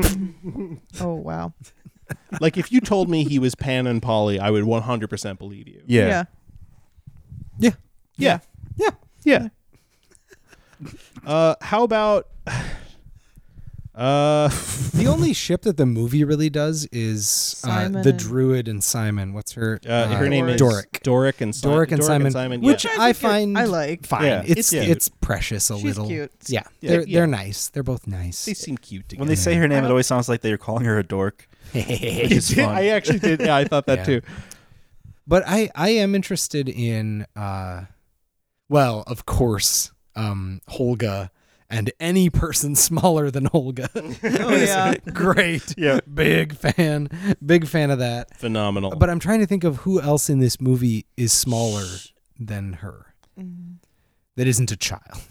Speaker 2: oh wow.
Speaker 1: Like if you told me he was Pan and Polly, I would 100% believe you.
Speaker 2: Yeah.
Speaker 4: Yeah,
Speaker 1: Yeah.
Speaker 4: yeah.
Speaker 1: Yeah. [LAUGHS] Uh, how about [SIGHS] uh,
Speaker 4: The only ship that the movie really does is uh,
Speaker 2: Simon
Speaker 4: the
Speaker 2: and-
Speaker 4: druid and Simon. What's her?
Speaker 1: uh, her name is
Speaker 4: Doric.
Speaker 1: Doric and Simon.
Speaker 4: Doric and Simon,
Speaker 1: yeah.
Speaker 4: which
Speaker 2: Which I
Speaker 4: I
Speaker 2: think I-
Speaker 4: find
Speaker 2: I like.
Speaker 4: fine.
Speaker 3: Yeah,
Speaker 4: It's
Speaker 1: it's cute.
Speaker 4: it's precious a
Speaker 2: She's
Speaker 4: little.
Speaker 2: cute.
Speaker 4: Yeah,
Speaker 1: Yeah,
Speaker 4: they're
Speaker 1: yeah.
Speaker 4: they're nice. They're both nice.
Speaker 1: they
Speaker 4: [LAUGHS]
Speaker 1: seem cute together.
Speaker 3: When they say her name, it always sounds like they're calling her a [LAUGHS] dork. Which is fun.
Speaker 1: [LAUGHS] I actually did. Yeah, I thought that
Speaker 4: Yeah.
Speaker 1: too.
Speaker 4: but I I am interested in uh, well, of course, um, Holga and any person [LAUGHS] smaller than Holga. [LAUGHS]
Speaker 2: [LAUGHS] Oh [LAUGHS] yeah.
Speaker 4: Great,
Speaker 3: Yeah.
Speaker 4: big fan, big fan of that.
Speaker 1: Phenomenal.
Speaker 4: But I'm trying to think of who else in this movie is smaller than her that isn't a child. [LAUGHS]
Speaker 3: There's-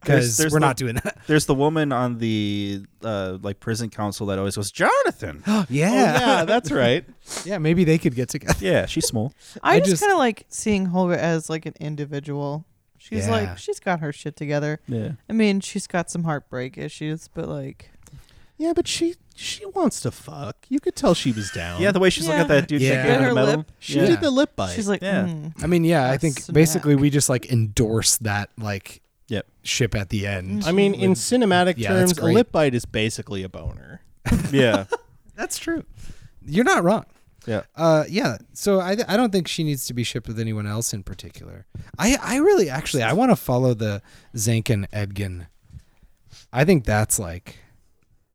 Speaker 4: Because
Speaker 3: there's
Speaker 4: we're
Speaker 3: the-
Speaker 4: not doing that.
Speaker 3: There's the woman on the uh, like prison council that always goes, Jonathan.
Speaker 1: [LAUGHS] Oh, yeah, that's right.
Speaker 4: [LAUGHS] Yeah, maybe they could get together.
Speaker 3: [LAUGHS] yeah, she's small.
Speaker 2: I,
Speaker 4: I
Speaker 2: just,
Speaker 4: just-
Speaker 2: kind of like seeing Holga as like an individual. She's
Speaker 4: Yeah.
Speaker 2: like she's got her shit together.
Speaker 3: Yeah.
Speaker 2: I mean, she's got some heartbreak issues, but like
Speaker 1: Yeah, but she she wants to fuck. You could tell she was down.
Speaker 3: [GASPS] Yeah, the way she's looking at
Speaker 2: Yeah.
Speaker 3: that dude
Speaker 4: Yeah.
Speaker 3: shaking
Speaker 4: And
Speaker 3: her,
Speaker 2: her
Speaker 3: metal.
Speaker 2: lip.
Speaker 1: she
Speaker 3: Yeah.
Speaker 1: did the lip bite.
Speaker 2: she's like,
Speaker 3: Yeah.
Speaker 2: mm.
Speaker 4: I mean, yeah, I
Speaker 2: That's
Speaker 4: think
Speaker 2: smack.
Speaker 4: basically we just like endorse that like
Speaker 3: Yep. [LAUGHS]
Speaker 4: ship at the end.
Speaker 1: I mean, in cinematic
Speaker 4: Yeah, that's
Speaker 1: terms, a
Speaker 4: great.
Speaker 1: lip bite is basically a boner.
Speaker 3: Yeah.
Speaker 4: That's true. You're not wrong.
Speaker 3: Yeah.
Speaker 4: Uh, yeah. So I, I don't think she needs to be shipped with anyone else in particular. I, I really actually I want to follow the Zankin Edgin. I think that's like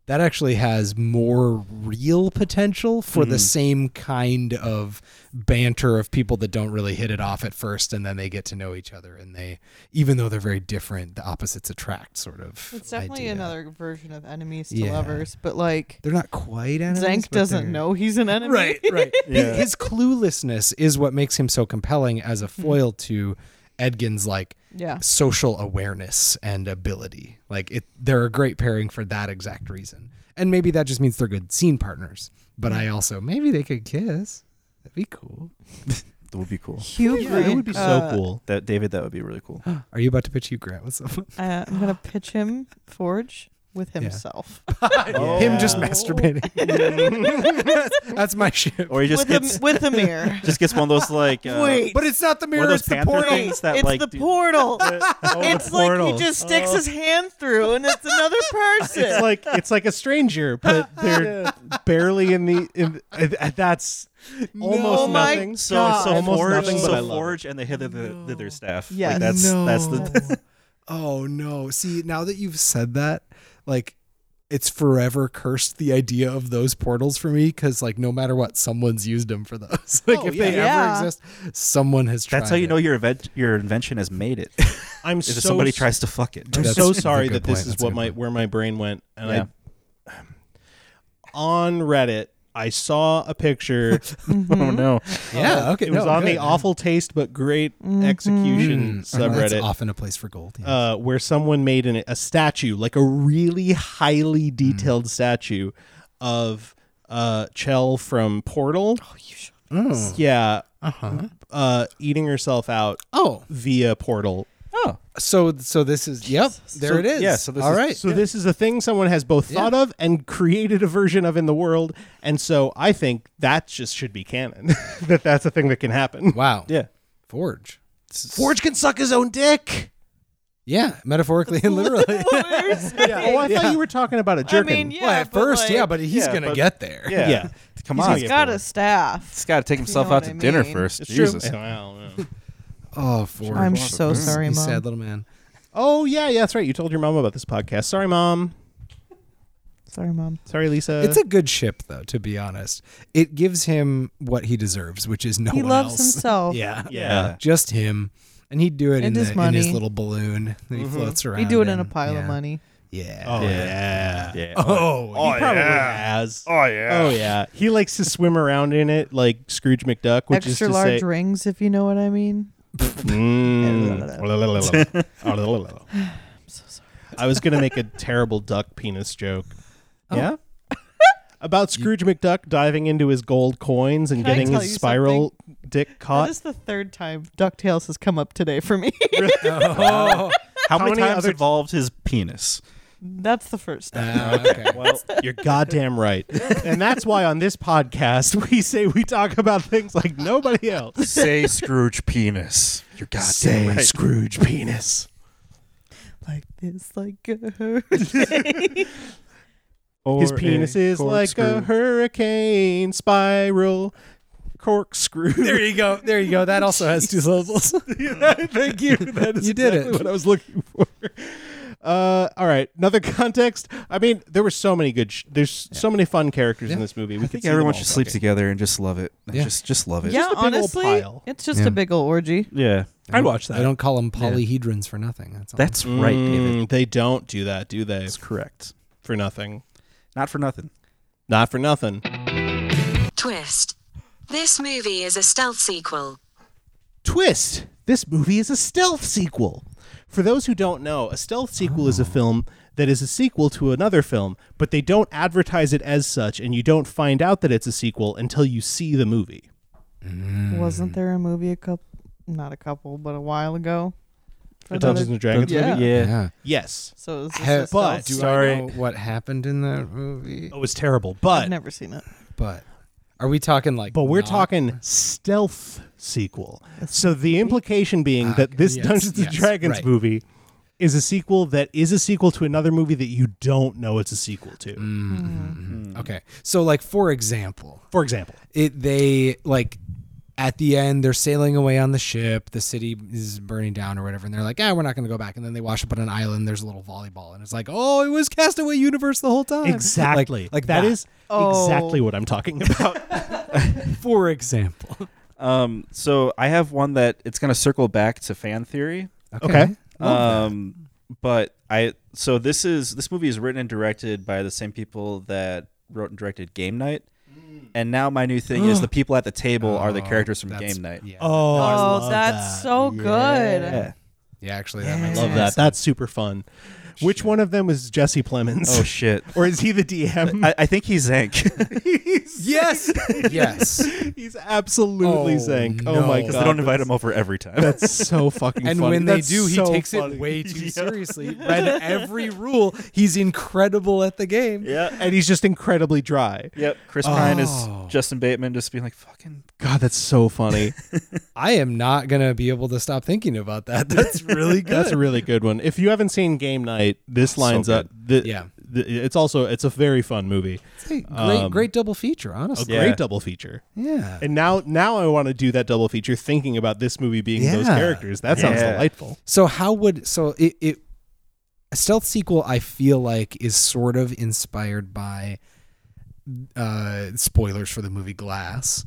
Speaker 4: that actually has more real potential for the same kind of banter of people that don't really hit it off at first and then they get to know each other and they even though they're very different the opposites attract sort of
Speaker 2: It's definitely
Speaker 4: idea.
Speaker 2: another version of enemies to
Speaker 4: Yeah.
Speaker 2: lovers, but like
Speaker 4: they're not quite enemies,
Speaker 2: Zank
Speaker 4: but
Speaker 2: doesn't
Speaker 4: they're-
Speaker 2: know he's an enemy. [LAUGHS]
Speaker 4: right right
Speaker 3: Yeah.
Speaker 4: his cluelessness is what makes him so compelling as a foil to edgin's like
Speaker 2: Yeah.
Speaker 4: social awareness and ability like it they're a great pairing for that exact reason and maybe that just means they're good scene partners but i also maybe they could kiss that'd be cool
Speaker 3: That would be cool.
Speaker 2: Hugh Grant.
Speaker 1: That would be so
Speaker 2: uh,
Speaker 1: cool.
Speaker 3: That David, that would be really cool.
Speaker 4: are you about to pitch you grant with someone
Speaker 2: uh, I'm gonna pitch him Forge with himself.
Speaker 3: Oh.
Speaker 4: him just masturbating [LAUGHS] that's, that's my shit
Speaker 3: or he just
Speaker 2: with, a,
Speaker 3: gets
Speaker 2: with a mirror.
Speaker 3: just gets one of those like uh,
Speaker 2: Wait.
Speaker 4: but it's not the
Speaker 3: One
Speaker 4: mirror
Speaker 3: of those
Speaker 4: it's the
Speaker 3: panther
Speaker 4: portal
Speaker 3: things that
Speaker 2: it's
Speaker 3: like
Speaker 2: the
Speaker 3: do-
Speaker 2: portal. it's like he
Speaker 1: portal.
Speaker 2: just sticks his hand through and it's another person. [LAUGHS]
Speaker 1: It's like it's like a stranger,
Speaker 4: [LAUGHS]
Speaker 1: but they're barely in the. In, uh, that's almost
Speaker 2: Oh my
Speaker 1: nothing.
Speaker 3: so so
Speaker 1: Almost
Speaker 3: forge,
Speaker 1: nothing, but I
Speaker 3: so
Speaker 1: love it.
Speaker 3: forge, and the hither the thither staff.
Speaker 2: Yes.
Speaker 3: like, that's that's the
Speaker 4: No. oh no. See, now that you've said that, like it's forever cursed the idea of those portals for me because like no matter what, someone's used them for those. [LAUGHS] like
Speaker 1: Oh,
Speaker 4: if
Speaker 1: yeah.
Speaker 4: they
Speaker 2: Yeah.
Speaker 4: ever exist, someone has
Speaker 3: [LAUGHS]
Speaker 4: tried.
Speaker 3: that's how you
Speaker 4: it.
Speaker 3: know your event your invention has made it.
Speaker 1: I'm
Speaker 3: Is
Speaker 1: so
Speaker 3: if somebody tries to fuck it.
Speaker 1: I'm
Speaker 4: That's-
Speaker 1: so
Speaker 4: that's a
Speaker 1: sorry
Speaker 4: good
Speaker 1: that this
Speaker 4: point.
Speaker 1: is
Speaker 4: That's a
Speaker 1: what
Speaker 4: good
Speaker 1: my
Speaker 4: point.
Speaker 1: where my brain went, and
Speaker 3: Yeah.
Speaker 1: I on Reddit I saw a picture.
Speaker 3: Oh no.
Speaker 4: Yeah. [LAUGHS] Okay.
Speaker 1: it was
Speaker 4: no,
Speaker 1: on
Speaker 4: good.
Speaker 1: the awful taste but great execution
Speaker 4: Mm, I know That's
Speaker 1: subreddit.
Speaker 4: often a place for gold. yeah.
Speaker 1: Uh, where someone made an, a statue, like a really highly
Speaker 4: Mm.
Speaker 1: detailed statue of uh, Chell from Portal.
Speaker 3: Oh,
Speaker 4: Mm.
Speaker 1: Yeah,
Speaker 3: Mm-hmm.
Speaker 4: Uh-huh.
Speaker 1: uh, eating herself out
Speaker 4: Oh,
Speaker 1: via portal.
Speaker 3: Oh.
Speaker 4: so so this is yep. There
Speaker 3: So-
Speaker 4: it is.
Speaker 3: yeah, so this
Speaker 4: All
Speaker 3: is-
Speaker 4: right.
Speaker 1: So this is a thing someone has both
Speaker 4: Yeah.
Speaker 1: thought of and created a version of in the world, and so I think that just should be canon. [LAUGHS] that that's a thing that can happen.
Speaker 4: wow.
Speaker 3: Yeah.
Speaker 4: Forge.
Speaker 1: Forge can suck his own dick.
Speaker 4: Yeah. Metaphorically and literally.
Speaker 1: Oh, I thought you were talking about a
Speaker 2: I
Speaker 1: jerkin.
Speaker 2: mean,
Speaker 4: [LAUGHS]
Speaker 2: yeah.
Speaker 4: well, at
Speaker 2: but
Speaker 4: first,
Speaker 2: like,
Speaker 4: yeah, but he's
Speaker 3: Yeah,
Speaker 4: gonna
Speaker 3: but-
Speaker 4: get there.
Speaker 3: Yeah.
Speaker 1: Yeah.
Speaker 3: Come
Speaker 1: He's
Speaker 3: on.
Speaker 2: he's got a staff.
Speaker 3: He's got to take himself
Speaker 2: know
Speaker 3: out to
Speaker 2: what I
Speaker 3: dinner
Speaker 2: mean.
Speaker 3: first.
Speaker 1: It's
Speaker 3: Jesus.
Speaker 1: true. I don't know.
Speaker 4: Oh, Forge.
Speaker 2: I'm so sorry,
Speaker 4: He's
Speaker 2: mom.
Speaker 4: sad little man.
Speaker 1: Oh yeah, yeah, that's right. You told your mom about this podcast. Sorry, mom.
Speaker 2: Sorry, mom.
Speaker 1: Sorry, Lisa.
Speaker 4: It's a good ship, though. To be honest, it gives him what he deserves, which is no
Speaker 2: He
Speaker 4: one
Speaker 2: loves
Speaker 4: else. [LAUGHS]
Speaker 2: himself.
Speaker 4: Yeah,
Speaker 1: yeah.
Speaker 4: just him, and he'd do it in,
Speaker 2: And his
Speaker 4: the, in his
Speaker 2: money.
Speaker 4: little balloon that he floats around.
Speaker 2: He'd do it in a
Speaker 4: in.
Speaker 2: pile of
Speaker 4: Yeah.
Speaker 2: money.
Speaker 4: Yeah.
Speaker 1: Oh yeah.
Speaker 3: Yeah.
Speaker 4: Oh,
Speaker 1: He probably has. Oh yeah. Oh yeah. He likes to swim around in it like Scrooge McDuck, which is
Speaker 2: Extra
Speaker 1: to
Speaker 2: large
Speaker 1: say,
Speaker 2: rings, if you know what I mean.
Speaker 1: Mm. [LAUGHS]
Speaker 2: so sorry.
Speaker 1: I was gonna make a terrible duck penis joke.
Speaker 2: Oh. [LAUGHS]
Speaker 3: Yeah.
Speaker 1: About Scrooge McDuck diving into his gold coins and
Speaker 2: Can I
Speaker 1: getting
Speaker 2: tell
Speaker 1: his
Speaker 2: you
Speaker 1: spiral dick
Speaker 2: That
Speaker 1: caught.
Speaker 2: is the third time DuckTales has come up today [LAUGHS] for me.
Speaker 4: Oh.
Speaker 3: How,
Speaker 1: How
Speaker 3: many,
Speaker 1: many
Speaker 3: times
Speaker 1: other-
Speaker 3: involved his penis?
Speaker 2: That's the first time.
Speaker 4: Ah, [LAUGHS] okay.
Speaker 3: Well,
Speaker 1: You're goddamn right. and that's why on this podcast [LAUGHS] we say we talk about things like nobody else.
Speaker 3: say Scrooge penis. You're goddamn
Speaker 1: say
Speaker 3: right.
Speaker 1: Scrooge penis.
Speaker 2: Like this, like a [LAUGHS] hurricane.
Speaker 1: His penis is like a hurricane spiral corkscrew.
Speaker 4: there you go. There you go. That also has two
Speaker 1: [LAUGHS]
Speaker 4: syllables.
Speaker 1: Thank you. That is
Speaker 4: You did
Speaker 1: exactly
Speaker 4: it.
Speaker 1: what I was looking for. Uh, all right. Another [LAUGHS] context. I mean, there were so many good. Sh- there's so many fun characters in
Speaker 4: Yeah.
Speaker 1: this movie. We
Speaker 3: I think everyone should sleep together and just love it.
Speaker 4: Yeah.
Speaker 3: Just just love it.
Speaker 2: yeah,
Speaker 1: a big old
Speaker 2: honestly,
Speaker 1: pile.
Speaker 2: it's just
Speaker 4: Yeah.
Speaker 2: a big old orgy.
Speaker 3: Yeah.
Speaker 1: I'd watch that. Mm.
Speaker 4: I don't call them polyhedrons for nothing. That's all.
Speaker 3: That's right, David.
Speaker 1: They don't do that, do they?
Speaker 3: That's correct.
Speaker 1: For nothing.
Speaker 3: Not for nothing.
Speaker 1: Not for nothing.
Speaker 6: Twist. This movie is a stealth sequel.
Speaker 1: Twist! This movie is a stealth sequel. For those who don't know, a stealth sequel
Speaker 4: Oh.
Speaker 1: is a film that is a sequel to another film, but they don't advertise it as such, and you don't find out that it's a sequel until you see the movie.
Speaker 2: Mm. Wasn't there a movie a couple, not a couple, but a while ago? For
Speaker 1: Dungeons
Speaker 2: another-
Speaker 1: and Dragons
Speaker 2: Yeah.
Speaker 1: movie?
Speaker 4: yeah.
Speaker 1: Yes.
Speaker 2: So is this
Speaker 4: Have-
Speaker 2: a stealth
Speaker 1: but-
Speaker 4: do
Speaker 1: Sorry.
Speaker 4: I know what happened in that movie?
Speaker 1: It was terrible,
Speaker 2: I've
Speaker 1: but
Speaker 2: never seen it.
Speaker 4: But are we talking like?
Speaker 1: but we're
Speaker 4: not-
Speaker 1: talking stealth sequel. So the implication being that this
Speaker 4: yes,
Speaker 1: Dungeons and
Speaker 4: Ah, yes,
Speaker 1: Dragons
Speaker 4: right.
Speaker 1: movie is a sequel that is a sequel to another movie that you don't know it's a sequel to.
Speaker 4: Mm. Okay. So like for example,
Speaker 1: Mm-hmm. For example,
Speaker 4: it they like at the end they're sailing away on the ship the city is burning down or whatever and they're like ah we're not going to go back and then they wash up on an island there's a little volleyball and it's like oh it was castaway universe the whole time
Speaker 1: exactly.
Speaker 4: like, like
Speaker 1: that is
Speaker 2: Oh.
Speaker 1: exactly what I'm talking about.
Speaker 4: [LAUGHS] for example
Speaker 3: Um, so I have one that it's going to circle back to fan theory.
Speaker 1: Okay.
Speaker 3: Um, but I so this is this movie is written and directed by the same people that wrote and directed Game Night. And now my new thing
Speaker 4: [GASPS]
Speaker 3: is the people at the table are the characters from
Speaker 4: Mm. Oh, That's-
Speaker 3: Game Night.
Speaker 4: yeah,
Speaker 1: Oh, I
Speaker 2: Oh,
Speaker 1: love
Speaker 2: that's
Speaker 1: that.
Speaker 2: so
Speaker 3: Yeah.
Speaker 4: yeah actually that makes
Speaker 1: love that. That's super fun. Which one of them is Jesse Plemons?
Speaker 3: Oh shit.
Speaker 1: [LAUGHS] or is he the [LAUGHS] DM?
Speaker 3: I, [LAUGHS] I think he's Zank.
Speaker 1: he's,
Speaker 4: yes [LAUGHS] yes
Speaker 1: [LAUGHS] he's absolutely
Speaker 4: Oh,
Speaker 1: Zank. Oh
Speaker 4: no.
Speaker 1: my
Speaker 4: 'Cause
Speaker 1: god.
Speaker 3: Because [LAUGHS] they don't invite him over every time.
Speaker 1: [LAUGHS] That's so fucking
Speaker 4: and
Speaker 1: funny.
Speaker 4: when they
Speaker 1: That's
Speaker 4: do he
Speaker 1: so
Speaker 4: takes
Speaker 1: funny. [LAUGHS]
Speaker 4: it way too
Speaker 1: Yeah.
Speaker 4: seriously read every rule he's incredible at the game
Speaker 3: yeah.
Speaker 1: And he's just incredibly dry.
Speaker 3: [LAUGHS] Yep. Chris Pine
Speaker 4: Oh.
Speaker 3: is Justin Bateman just being like, fucking
Speaker 1: God, that's so funny.
Speaker 4: i am not going to be able to stop thinking about that [LAUGHS] that's really good
Speaker 1: [LAUGHS] That's a really good one. If you haven't seen Game Night, this lines
Speaker 3: good.
Speaker 1: up. The,
Speaker 4: Yeah.
Speaker 1: the- it's also it's a very fun movie.
Speaker 4: Hey, great,
Speaker 1: Um,
Speaker 4: great double feature,
Speaker 1: A
Speaker 4: honestly.
Speaker 3: Yeah.
Speaker 1: great double feature.
Speaker 4: Yeah.
Speaker 1: And now now I want to do that double feature thinking about this movie being those
Speaker 4: Yeah.
Speaker 1: characters. That sounds
Speaker 3: Yeah.
Speaker 1: delightful.
Speaker 4: So how would so it, it a stealth sequel? I feel like is sort of inspired by uh spoilers for the movie Glass.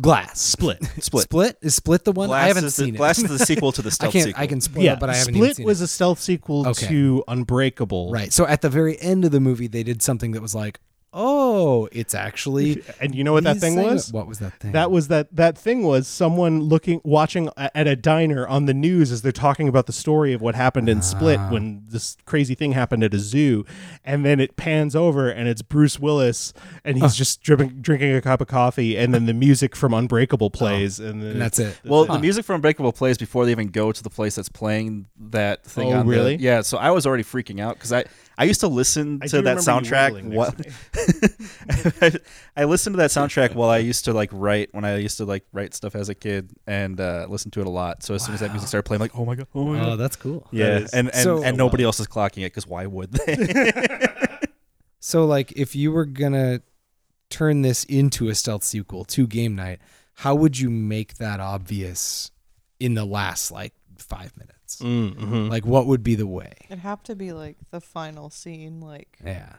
Speaker 4: Glass [LAUGHS] split
Speaker 3: Split.
Speaker 4: split is split the one I haven't
Speaker 3: is
Speaker 4: seen
Speaker 3: the,
Speaker 4: it. [LAUGHS]
Speaker 3: Blast is the sequel to the
Speaker 4: I
Speaker 3: stealth
Speaker 4: can't
Speaker 3: sequel.
Speaker 4: I can spoil it, but I haven't even
Speaker 1: Split
Speaker 4: seen
Speaker 1: was
Speaker 4: it.
Speaker 1: a stealth sequel
Speaker 4: Okay.
Speaker 1: to Unbreakable.
Speaker 4: right. So at the very end of the movie, they did something that was like, oh, it's actually
Speaker 1: And you know what that
Speaker 4: these
Speaker 1: thing
Speaker 4: things-
Speaker 1: was?
Speaker 4: What was that thing?
Speaker 1: That was that that thing was someone looking watching a- at a diner on the news as they're talking about the story of what happened in Split
Speaker 4: Ah.
Speaker 1: when this crazy thing happened at a zoo and then it pans over and it's Bruce Willis and he's just dripping, drinking a cup of coffee and then the music from Unbreakable plays and then
Speaker 4: Oh. and that's it.
Speaker 3: Well, the music from Unbreakable plays before they even go to the place that's playing that thing.
Speaker 1: Oh,
Speaker 3: on the-
Speaker 1: really?
Speaker 3: yeah. So I was already freaking out because I, I used to listen
Speaker 1: I
Speaker 3: to
Speaker 1: do
Speaker 3: that
Speaker 1: remember you
Speaker 3: soundtrack.
Speaker 1: whittling next
Speaker 3: What?
Speaker 1: to me.
Speaker 3: I, [LAUGHS] I listened to that soundtrack while I used to like write when I used to like write stuff as a kid and uh, listen to it a lot. So as soon as that music started playing, I'm like, oh my god, oh my
Speaker 4: Oh,
Speaker 3: god.
Speaker 4: that's cool.
Speaker 3: yeah,
Speaker 1: is
Speaker 3: and and,
Speaker 4: so-
Speaker 3: and nobody else is clocking it because why would
Speaker 4: [LAUGHS]
Speaker 3: they? [LAUGHS]
Speaker 4: So, like, if you were gonna turn this into a stealth sequel to Game Night, how would you make that obvious in the last like five minutes?
Speaker 1: Mm-hmm.
Speaker 4: Like, what would be the way?
Speaker 2: It'd have to be like the final scene, like
Speaker 4: Yeah.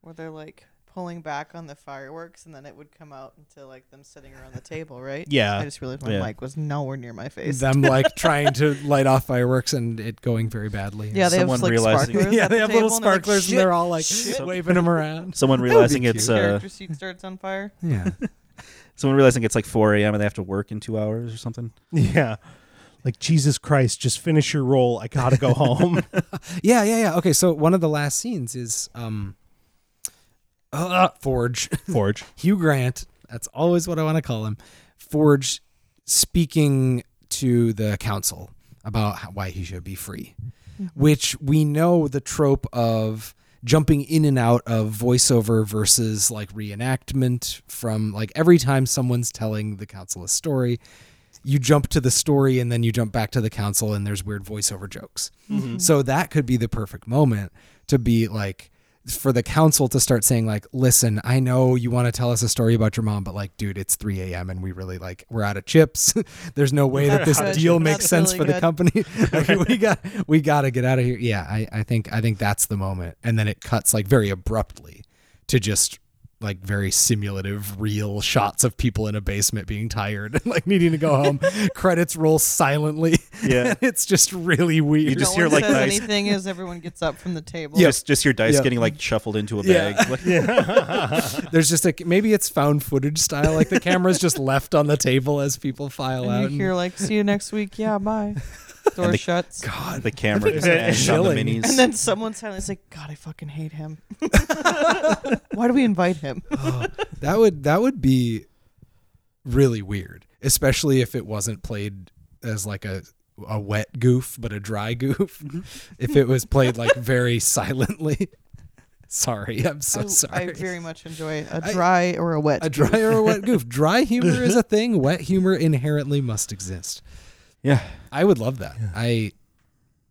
Speaker 2: where they're like pulling back on the fireworks, and then it would come out into like them sitting around the table, right?
Speaker 1: Yeah.
Speaker 2: I just realized my
Speaker 3: Uh, Yeah.
Speaker 2: mic was nowhere near my
Speaker 4: [LAUGHS]
Speaker 2: face.
Speaker 4: Them like trying to light off fireworks and it going very badly.
Speaker 2: yeah, they
Speaker 3: Someone
Speaker 2: have like
Speaker 3: realizing-
Speaker 2: sparklers.
Speaker 4: [LAUGHS] yeah,
Speaker 2: at
Speaker 4: they
Speaker 2: the
Speaker 4: have little
Speaker 2: table, and they're like,
Speaker 4: sparklers and
Speaker 2: "Shit,
Speaker 4: they're all like waving them around.
Speaker 3: someone realizing it's uh,
Speaker 2: character sheet starts on fire.
Speaker 4: Yeah.
Speaker 3: someone realizing it's like 4 a.m. and they have to work in two hours or something.
Speaker 1: Yeah. Like Jesus Christ, just finish your role. I gotta go home.
Speaker 4: Yeah, yeah, yeah. Okay, so one of the last scenes is um uh, Forge. [LAUGHS]
Speaker 1: Forge.
Speaker 4: Hugh Grant, that's always what I want to call him, Forge speaking to the council about how, why he should be free, which we know the trope of jumping in and out of voiceover versus like reenactment from like every time someone's telling the council a story. You jump to the story and then you jump back to the council, and there's weird voiceover jokes. So that could be the perfect moment to be like, for the council to start saying like listen i know you want to tell us a story about your mom but like dude it's 3 a.m and we really like we're out of chips [LAUGHS] there's no way that this
Speaker 2: That's
Speaker 4: deal
Speaker 2: good.
Speaker 4: makes
Speaker 2: That's
Speaker 4: sense
Speaker 2: really
Speaker 4: for the
Speaker 2: good.
Speaker 4: company [LAUGHS] Like, we got we got to get out of here yeah I, I think i think that's the moment and then it cuts like very abruptly to just like very simulative real shots of people in a basement being tired and like needing to go home credits roll silently
Speaker 3: Yeah.
Speaker 4: And [LAUGHS] it's just really weird
Speaker 3: You just hear
Speaker 2: no one
Speaker 3: like
Speaker 2: says
Speaker 3: dice,
Speaker 2: anything as everyone gets up from the table.
Speaker 3: just just your dice
Speaker 4: Yeah.
Speaker 3: getting like shuffled into a
Speaker 4: [LAUGHS] Yeah.
Speaker 3: bag. [LAUGHS] Like, yeah.
Speaker 4: [LAUGHS] There's just like maybe it's found footage style, like the camera's just left on the table as people file out.
Speaker 2: And you
Speaker 4: and-
Speaker 2: hear like, "See you next week." Yeah, bye. Door
Speaker 3: the-
Speaker 2: shuts.
Speaker 3: The camera just
Speaker 1: it's
Speaker 3: ashes on the
Speaker 4: chilling.
Speaker 3: minis.
Speaker 2: And then someone silently's like, God, I fucking hate him. [LAUGHS] Why do we invite him?
Speaker 4: that would that would be really weird, especially if it wasn't played as like a a wet goof, but a dry [LAUGHS] goof.
Speaker 2: Mm-hmm.
Speaker 4: if it was played like very silently. [LAUGHS] Sorry, I'm so
Speaker 2: Oh, I-
Speaker 4: sorry.
Speaker 2: I very much enjoy a dry or a wet.
Speaker 4: a dry or a wet goof.
Speaker 2: [LAUGHS]
Speaker 4: Dry humor is a thing. Wet humor inherently must exist.
Speaker 3: yeah.
Speaker 4: I would love that. I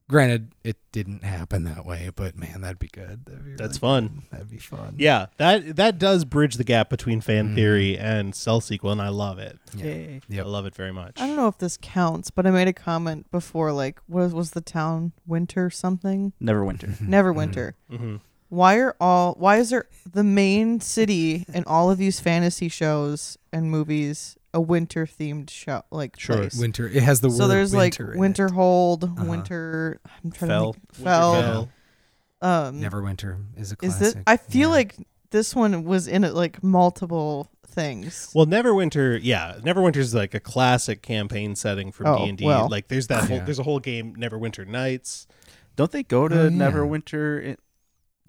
Speaker 4: Granted, it didn't happen that way, but man, that'd be good. That'd be
Speaker 1: [LAUGHS] That's
Speaker 4: really-
Speaker 1: fun.
Speaker 4: That'd be fun.
Speaker 1: Yeah, that that does bridge the gap between fan
Speaker 3: Mm-hmm.
Speaker 1: theory and cell sequel, and I love it.
Speaker 2: Yay.
Speaker 4: Yep.
Speaker 1: I love it very much.
Speaker 2: I don't know if this counts, but I made a comment before, like, what was the town? Winter something?
Speaker 3: Neverwinter.
Speaker 1: Mm-hmm.
Speaker 2: Neverwinter. Why are all? Why is there the main city in all of these fantasy shows and movies a winter themed show like
Speaker 1: Sure.
Speaker 2: place?
Speaker 4: Winter. It has the word
Speaker 2: so there's like
Speaker 4: winter in it. Uh-huh.
Speaker 2: Winterhold, Winter. I'm trying
Speaker 1: Fell.
Speaker 2: to think. Fell.
Speaker 1: Winterfell.
Speaker 2: Um,
Speaker 1: Mm.
Speaker 4: Never winter is a
Speaker 2: is
Speaker 4: classic.
Speaker 2: this? I feel
Speaker 4: Yeah.
Speaker 2: like this one was in it like multiple things.
Speaker 1: Well, Neverwinter, yeah, Neverwinter is like a classic campaign setting from
Speaker 2: Oh,
Speaker 1: D and D.
Speaker 2: well.
Speaker 1: Like, there's that whole,
Speaker 4: Yeah.
Speaker 1: there's a whole game, Neverwinter Nights.
Speaker 3: Don't they go to
Speaker 4: Oh, yeah.
Speaker 3: Neverwinter in,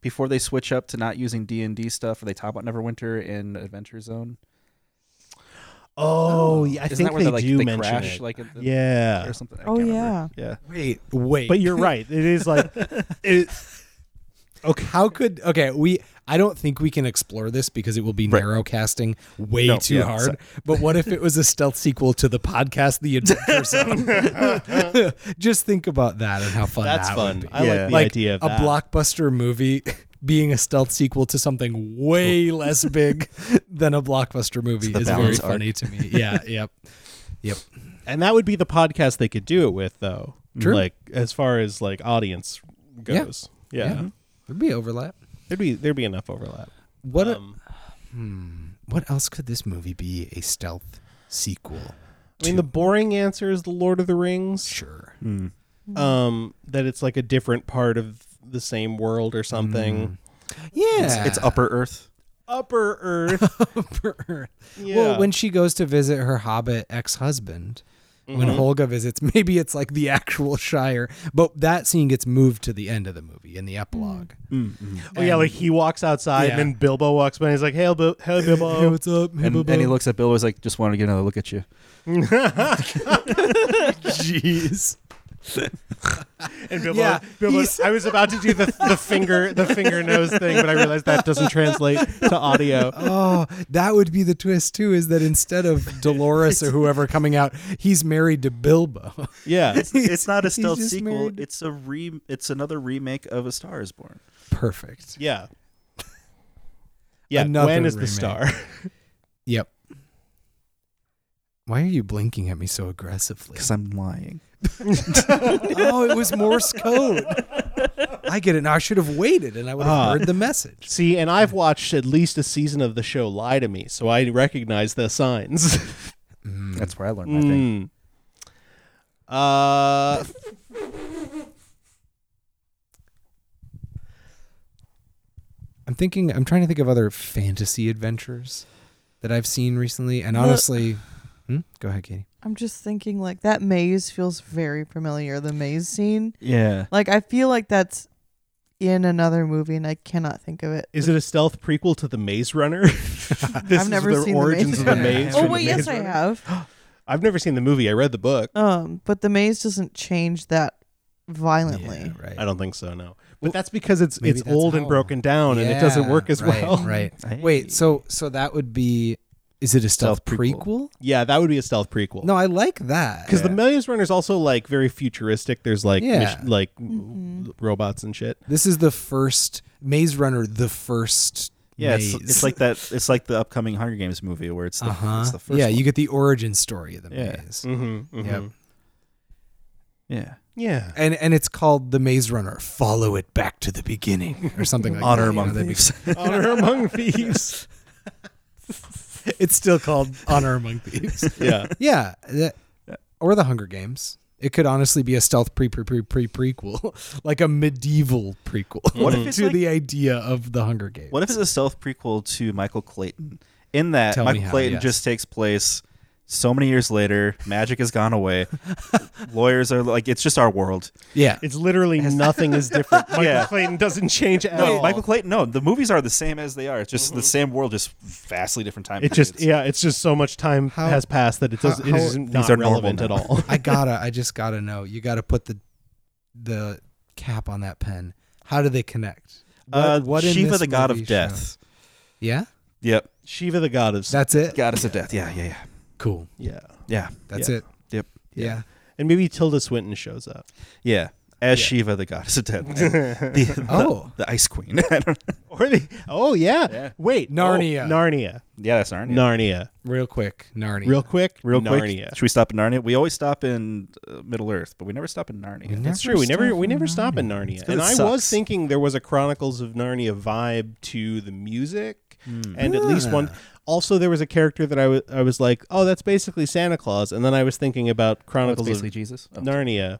Speaker 3: before they switch up to not using D and D stuff? Or they talk about Neverwinter in Adventure Zone?
Speaker 1: Oh, yeah, I
Speaker 3: Isn't
Speaker 1: think
Speaker 3: that where
Speaker 1: they,
Speaker 3: like,
Speaker 1: do
Speaker 3: they
Speaker 1: mention
Speaker 3: crash
Speaker 1: it.
Speaker 3: like in the-
Speaker 1: yeah,
Speaker 3: or something? I
Speaker 2: Oh,
Speaker 3: can't remember.
Speaker 2: yeah.
Speaker 3: yeah.
Speaker 4: Wait, wait.
Speaker 1: but you're right. It is
Speaker 3: [LAUGHS]
Speaker 1: like, it, okay,
Speaker 4: How could okay? We I don't think we can explore this because it will be narrow casting way
Speaker 3: No,
Speaker 4: too
Speaker 3: yeah,
Speaker 4: hard.
Speaker 3: sorry.
Speaker 4: But what if it was a stealth sequel to the podcast The Adventure
Speaker 1: [LAUGHS]
Speaker 4: Zone? [LAUGHS] Just think about that and how fun
Speaker 1: that's
Speaker 4: that
Speaker 1: fun.
Speaker 4: would be.
Speaker 1: I like
Speaker 3: Yeah.
Speaker 1: the
Speaker 4: like
Speaker 1: idea of
Speaker 4: a
Speaker 1: that.
Speaker 4: blockbuster movie [LAUGHS] being a stealth sequel to something way [LAUGHS] less big than a blockbuster movie
Speaker 3: the
Speaker 4: is very
Speaker 3: balance arc.
Speaker 4: funny to me. Yeah, yep, yep.
Speaker 1: and that would be the podcast they could do it with, though.
Speaker 4: True.
Speaker 1: Like as far as like audience goes, yeah,
Speaker 4: There'd be overlap.
Speaker 1: there'd be there'd be enough overlap.
Speaker 4: What a- Hmm,
Speaker 1: Um,
Speaker 4: what else could this movie be? A stealth sequel?
Speaker 1: I mean, the boring answer is the Lord of the Rings.
Speaker 4: Sure.
Speaker 3: Hmm.
Speaker 1: um that it's like a different part of the same world or something
Speaker 4: Mm. Yeah,
Speaker 3: It's, it's Upper Earth.
Speaker 1: upper
Speaker 4: [LAUGHS]
Speaker 1: earth
Speaker 4: Upper.
Speaker 1: Yeah.
Speaker 4: Well, when she goes to visit her hobbit ex-husband, when
Speaker 3: Mm-hmm.
Speaker 4: Holga visits, [LAUGHS] maybe it's like the actual Shire, but that scene gets moved to the end of the movie in the epilogue.
Speaker 3: Mm.
Speaker 1: oh yeah like he walks outside
Speaker 4: Yeah. Oh,
Speaker 1: and then bilbo walks by and he's like hey, Bilbo, hey
Speaker 4: Hey, [LAUGHS]
Speaker 1: bilbo
Speaker 4: what's up? Hey,
Speaker 3: And,
Speaker 4: Bilbo.
Speaker 3: and he looks at Bilbo. He's like, "Just wanted to get another look at you."
Speaker 4: Jeez.
Speaker 1: [LAUGHS] and bilbo,
Speaker 4: Yeah,
Speaker 1: bilbo
Speaker 4: he's-
Speaker 1: i was about to do the, the finger the finger nose thing but i realized that doesn't translate to audio
Speaker 4: Oh, that would be the twist too. Is that
Speaker 3: [LAUGHS]
Speaker 4: instead of Dolores or whoever coming out, he's married to Bilbo.
Speaker 1: yeah
Speaker 3: [LAUGHS] it's not a
Speaker 4: [LAUGHS] He's
Speaker 3: stealth
Speaker 4: just
Speaker 3: sequel.
Speaker 4: married.
Speaker 3: It's a re. It's another remake of A Star Is Born.
Speaker 4: Perfect.
Speaker 1: yeah yeah
Speaker 4: Another
Speaker 1: when is the
Speaker 4: remake.
Speaker 1: star [LAUGHS]
Speaker 4: Yep. Why are you blinking at me so aggressively?
Speaker 3: Because I'm lying.
Speaker 4: oh, it was Morse code. I get it. Now I should have waited and I would have
Speaker 1: Ah.
Speaker 4: heard the message.
Speaker 1: see and i've watched at least a season of the show lie to me so i recognize the signs
Speaker 4: Hmm.
Speaker 3: That's where I learned my thing.
Speaker 1: [LAUGHS] Uh,
Speaker 4: I'm thinking, I'm trying to think of other fantasy adventures that I've seen recently. And
Speaker 2: The-
Speaker 4: honestly, hmm? go ahead, Katie.
Speaker 2: I'm just thinking like that maze feels very familiar. The maze scene.
Speaker 3: Yeah.
Speaker 2: Like I feel like that's in another movie, and I cannot think of it.
Speaker 1: Is it a stealth prequel to The Maze
Speaker 4: [LAUGHS]
Speaker 1: Runner? this
Speaker 2: I've never
Speaker 1: is the
Speaker 2: seen
Speaker 1: origins
Speaker 2: the
Speaker 1: of The
Speaker 2: maze.
Speaker 1: Maze.
Speaker 2: oh
Speaker 1: from The
Speaker 2: wait, yes,
Speaker 1: Maze
Speaker 2: I
Speaker 1: Runner.
Speaker 2: have.
Speaker 1: I've never seen the movie. I read the book.
Speaker 2: Um, but the maze doesn't change that violently.
Speaker 4: Yeah, right.
Speaker 1: I don't think so. No, but that's because it's
Speaker 4: maybe
Speaker 1: it's
Speaker 4: that's
Speaker 1: old and
Speaker 4: how.
Speaker 1: broken down, and it doesn't
Speaker 4: Yeah,
Speaker 1: work as
Speaker 4: right,
Speaker 1: well.
Speaker 4: Right.
Speaker 3: [LAUGHS] Hey.
Speaker 4: Wait, so so that would be is it a stealth,
Speaker 3: Stealth
Speaker 4: prequel?
Speaker 3: prequel.
Speaker 1: [LAUGHS] Yeah, that would be a stealth prequel.
Speaker 4: No, I like that.
Speaker 1: because the Maze Runner is also like very futuristic. There's like
Speaker 4: Yeah.
Speaker 1: mis- like robots and shit.
Speaker 4: This is the first Maze Runner, the first
Speaker 3: Yeah. It's,
Speaker 4: maze.
Speaker 3: it's like that. It's like the upcoming Hunger Games movie where it's the,
Speaker 4: uh-huh.
Speaker 3: it's the first.
Speaker 4: yeah,
Speaker 3: one.
Speaker 4: you get the origin story of the
Speaker 3: Yeah.
Speaker 4: maze.
Speaker 1: Mm-hmm,
Speaker 4: Yep.
Speaker 3: yeah.
Speaker 1: Yeah.
Speaker 4: and and it's called the Maze Runner. Follow it back to the beginning, or something like
Speaker 3: Honor
Speaker 4: that.
Speaker 3: among
Speaker 4: that'd be-
Speaker 1: [LAUGHS]
Speaker 3: thieves.
Speaker 1: Honor among thieves.
Speaker 4: [LAUGHS] It's
Speaker 3: [LAUGHS]
Speaker 4: still called Honor Among Thieves.
Speaker 1: Yeah.
Speaker 4: yeah, that- or the Hunger Games. It could honestly be a stealth pre pre pre pre prequel, [LAUGHS] like a medieval prequel
Speaker 3: What
Speaker 4: [LAUGHS]
Speaker 3: if it's
Speaker 4: to
Speaker 3: like-
Speaker 4: the idea of the Hunger Games.
Speaker 3: What if it's a self prequel to Michael Clayton? In that,
Speaker 4: Tell me
Speaker 3: Michael
Speaker 4: how,
Speaker 3: Clayton
Speaker 4: yes.
Speaker 3: just takes place so many years later. Magic has gone
Speaker 4: [LAUGHS]
Speaker 3: away. Lawyers are like, it's just our world.
Speaker 4: yeah,
Speaker 1: It's literally nothing is different. Michael
Speaker 3: Yeah.
Speaker 1: Clayton doesn't change at
Speaker 3: No,
Speaker 1: all. Mm-hmm.
Speaker 3: Michael Clayton. No, the movies are the same as they are. It's just the same world, just vastly different time.
Speaker 1: It just
Speaker 3: periods.
Speaker 1: yeah, it's just so much time
Speaker 4: How-
Speaker 1: has passed that it
Speaker 4: how-
Speaker 1: doesn't
Speaker 4: how-
Speaker 1: it isn't
Speaker 3: These
Speaker 1: not
Speaker 3: are normal
Speaker 1: relevant at
Speaker 3: now.
Speaker 1: [LAUGHS] all.
Speaker 4: I gotta. I just gotta know. You gotta put the the cap on that pen. How do they connect? What,
Speaker 3: uh,
Speaker 4: in
Speaker 3: Shiva,
Speaker 4: this
Speaker 3: the god
Speaker 4: movie
Speaker 3: of
Speaker 4: shows-
Speaker 3: death.
Speaker 4: Yeah,
Speaker 3: Yep,
Speaker 1: Shiva the god of
Speaker 4: that's it.
Speaker 3: goddess of death. Yeah, yeah, yeah,
Speaker 4: Cool.
Speaker 1: yeah,
Speaker 3: yeah.
Speaker 4: That's
Speaker 3: Yeah.
Speaker 4: it.
Speaker 3: Yep.
Speaker 4: Yeah.
Speaker 1: and maybe Tilda Swinton shows up.
Speaker 3: Yeah. as Shiva, the goddess of
Speaker 1: [LAUGHS]
Speaker 3: death, [LAUGHS] the, the-
Speaker 4: Oh.
Speaker 3: the Ice Queen. [LAUGHS] I don't-
Speaker 1: Or the oh yeah, wait oh,
Speaker 4: [LAUGHS] Narnia.
Speaker 1: Narnia,
Speaker 3: yeah, that's Narnia.
Speaker 1: Narnia.
Speaker 4: Real quick, Narnia.
Speaker 1: Real quick,
Speaker 3: Real quick,
Speaker 1: Narnia.
Speaker 3: should we stop in Narnia? We always stop in uh, Middle Earth, but we never stop in Narnia.
Speaker 1: That's true. We never we never stop in Narnia. And
Speaker 3: it
Speaker 1: I was
Speaker 3: sucks.
Speaker 1: thinking there was a Chronicles of Narnia vibe to the music, and at least one. Also, there was a character that I was I was like, oh, that's basically Santa Claus. And then I was thinking about Chronicles of
Speaker 3: Jesus. Oh.
Speaker 1: Narnia,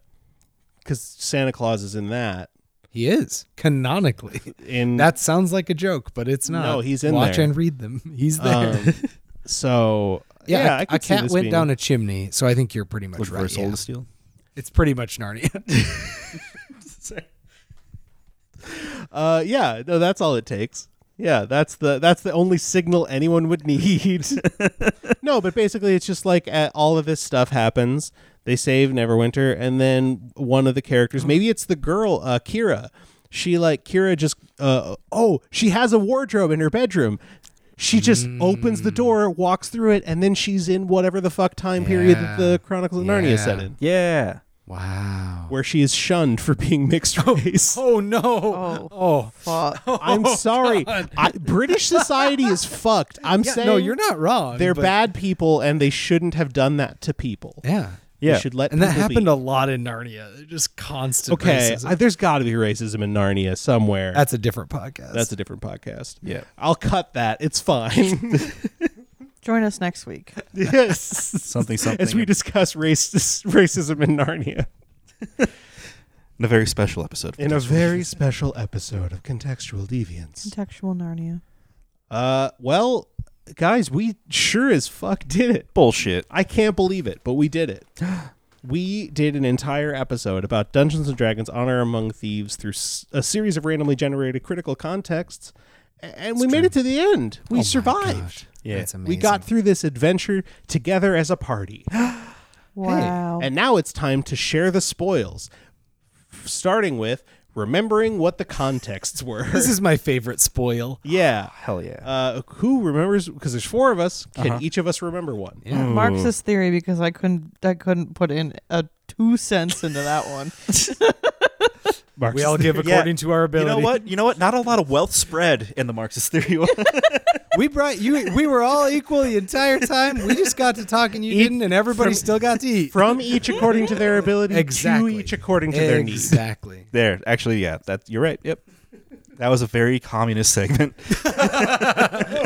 Speaker 1: because Santa Claus is in that.
Speaker 4: He is
Speaker 1: [LAUGHS]
Speaker 4: canonically. [LAUGHS]
Speaker 1: In
Speaker 4: That sounds like a joke, but it's not.
Speaker 1: No, he's in
Speaker 4: Watch
Speaker 1: there.
Speaker 4: and read them. [LAUGHS] He's there.
Speaker 1: [LAUGHS] um, so
Speaker 4: yeah,
Speaker 1: yeah,
Speaker 4: a-
Speaker 1: I
Speaker 4: a,
Speaker 1: could see
Speaker 4: cat
Speaker 1: this
Speaker 4: went
Speaker 1: being-
Speaker 4: down a chimney, so I think you're pretty much
Speaker 3: With
Speaker 4: right.
Speaker 3: Verse Old
Speaker 4: yeah.
Speaker 3: Steel.
Speaker 4: It's pretty
Speaker 1: [LAUGHS]
Speaker 4: much Narnia. [LAUGHS]
Speaker 1: Uh, yeah, no, that's all it takes. Yeah, that's the that's the only signal anyone would need. [LAUGHS] no, but basically, it's just like uh, all of this stuff happens. They save Neverwinter, and then one of the characters, maybe it's the girl uh, Kira. She like Kira just uh, oh she has a wardrobe in her bedroom. She just
Speaker 4: Hmm.
Speaker 1: opens the door, walks through it, and then she's in whatever the fuck time period that
Speaker 4: Yeah.
Speaker 1: the Chronicles of Narnia set
Speaker 4: Yeah.
Speaker 1: in,
Speaker 3: Yeah.
Speaker 4: wow.
Speaker 1: where she is shunned for being mixed race.
Speaker 4: Oh no.
Speaker 2: Oh. Fuck.
Speaker 1: I'm
Speaker 4: Oh,
Speaker 1: sorry. I, British society is fucked. I'm
Speaker 4: Yeah,
Speaker 1: saying
Speaker 4: no, you're not wrong.
Speaker 1: They're
Speaker 4: but-
Speaker 1: bad people, and they shouldn't have done that to people.
Speaker 4: Yeah.
Speaker 1: Yeah, should let
Speaker 4: And that
Speaker 1: people
Speaker 4: happened
Speaker 1: be.
Speaker 4: a lot in Narnia. They're just constant.
Speaker 1: okay,
Speaker 4: racism.
Speaker 1: I, there's got to be racism in Narnia somewhere.
Speaker 4: that's a different podcast.
Speaker 1: That's a different podcast.
Speaker 3: Yeah.
Speaker 1: I'll cut that. It's
Speaker 4: [LAUGHS]
Speaker 1: fine.
Speaker 2: Join us next week.
Speaker 1: yes,
Speaker 3: Something something.
Speaker 1: as we discuss race, racism in Narnia
Speaker 3: in a very special episode.
Speaker 1: in a very special episode of Contextual Deviance.
Speaker 2: Contextual Narnia.
Speaker 1: Uh, well, guys, we sure as fuck did it.
Speaker 3: bullshit.
Speaker 1: I can't believe it, but we did it. [GASPS] We did an entire episode about Dungeons and Dragons Honor Among Thieves through s- a series of randomly generated critical contexts, a- and we made it to the end. We survived.
Speaker 3: Yeah.
Speaker 4: Oh That's amazing.
Speaker 1: We got through this adventure together as a
Speaker 4: [GASPS]
Speaker 1: party.
Speaker 2: Wow.
Speaker 1: And now it's time to share the spoils, f- starting with remembering what the contexts were.
Speaker 4: [LAUGHS] This is my favorite spoil.
Speaker 1: yeah.
Speaker 3: Hell yeah.
Speaker 1: Uh, who remembers? Because there's four of us. Can
Speaker 4: Uh-huh.
Speaker 1: each of us remember one?
Speaker 4: Yeah.
Speaker 2: Marxist theory because I couldn't I couldn't put in a two cents into that
Speaker 4: [LAUGHS]
Speaker 2: one.
Speaker 1: Mark's
Speaker 4: We all give
Speaker 3: Yeah.
Speaker 4: according to our
Speaker 3: you
Speaker 4: ability.
Speaker 3: know what? You know what? Not a lot of wealth spread in the Marxist theory. [LAUGHS]
Speaker 4: We brought you. We were all equal the entire time. We just got to talk and you didn't, and everybody still got to eat.
Speaker 1: from each according to their ability
Speaker 4: exactly.
Speaker 1: to each according to
Speaker 4: exactly.
Speaker 1: their needs.
Speaker 4: Exactly.
Speaker 3: there. Actually, yeah. That you're right. Yep. That was a very communist segment.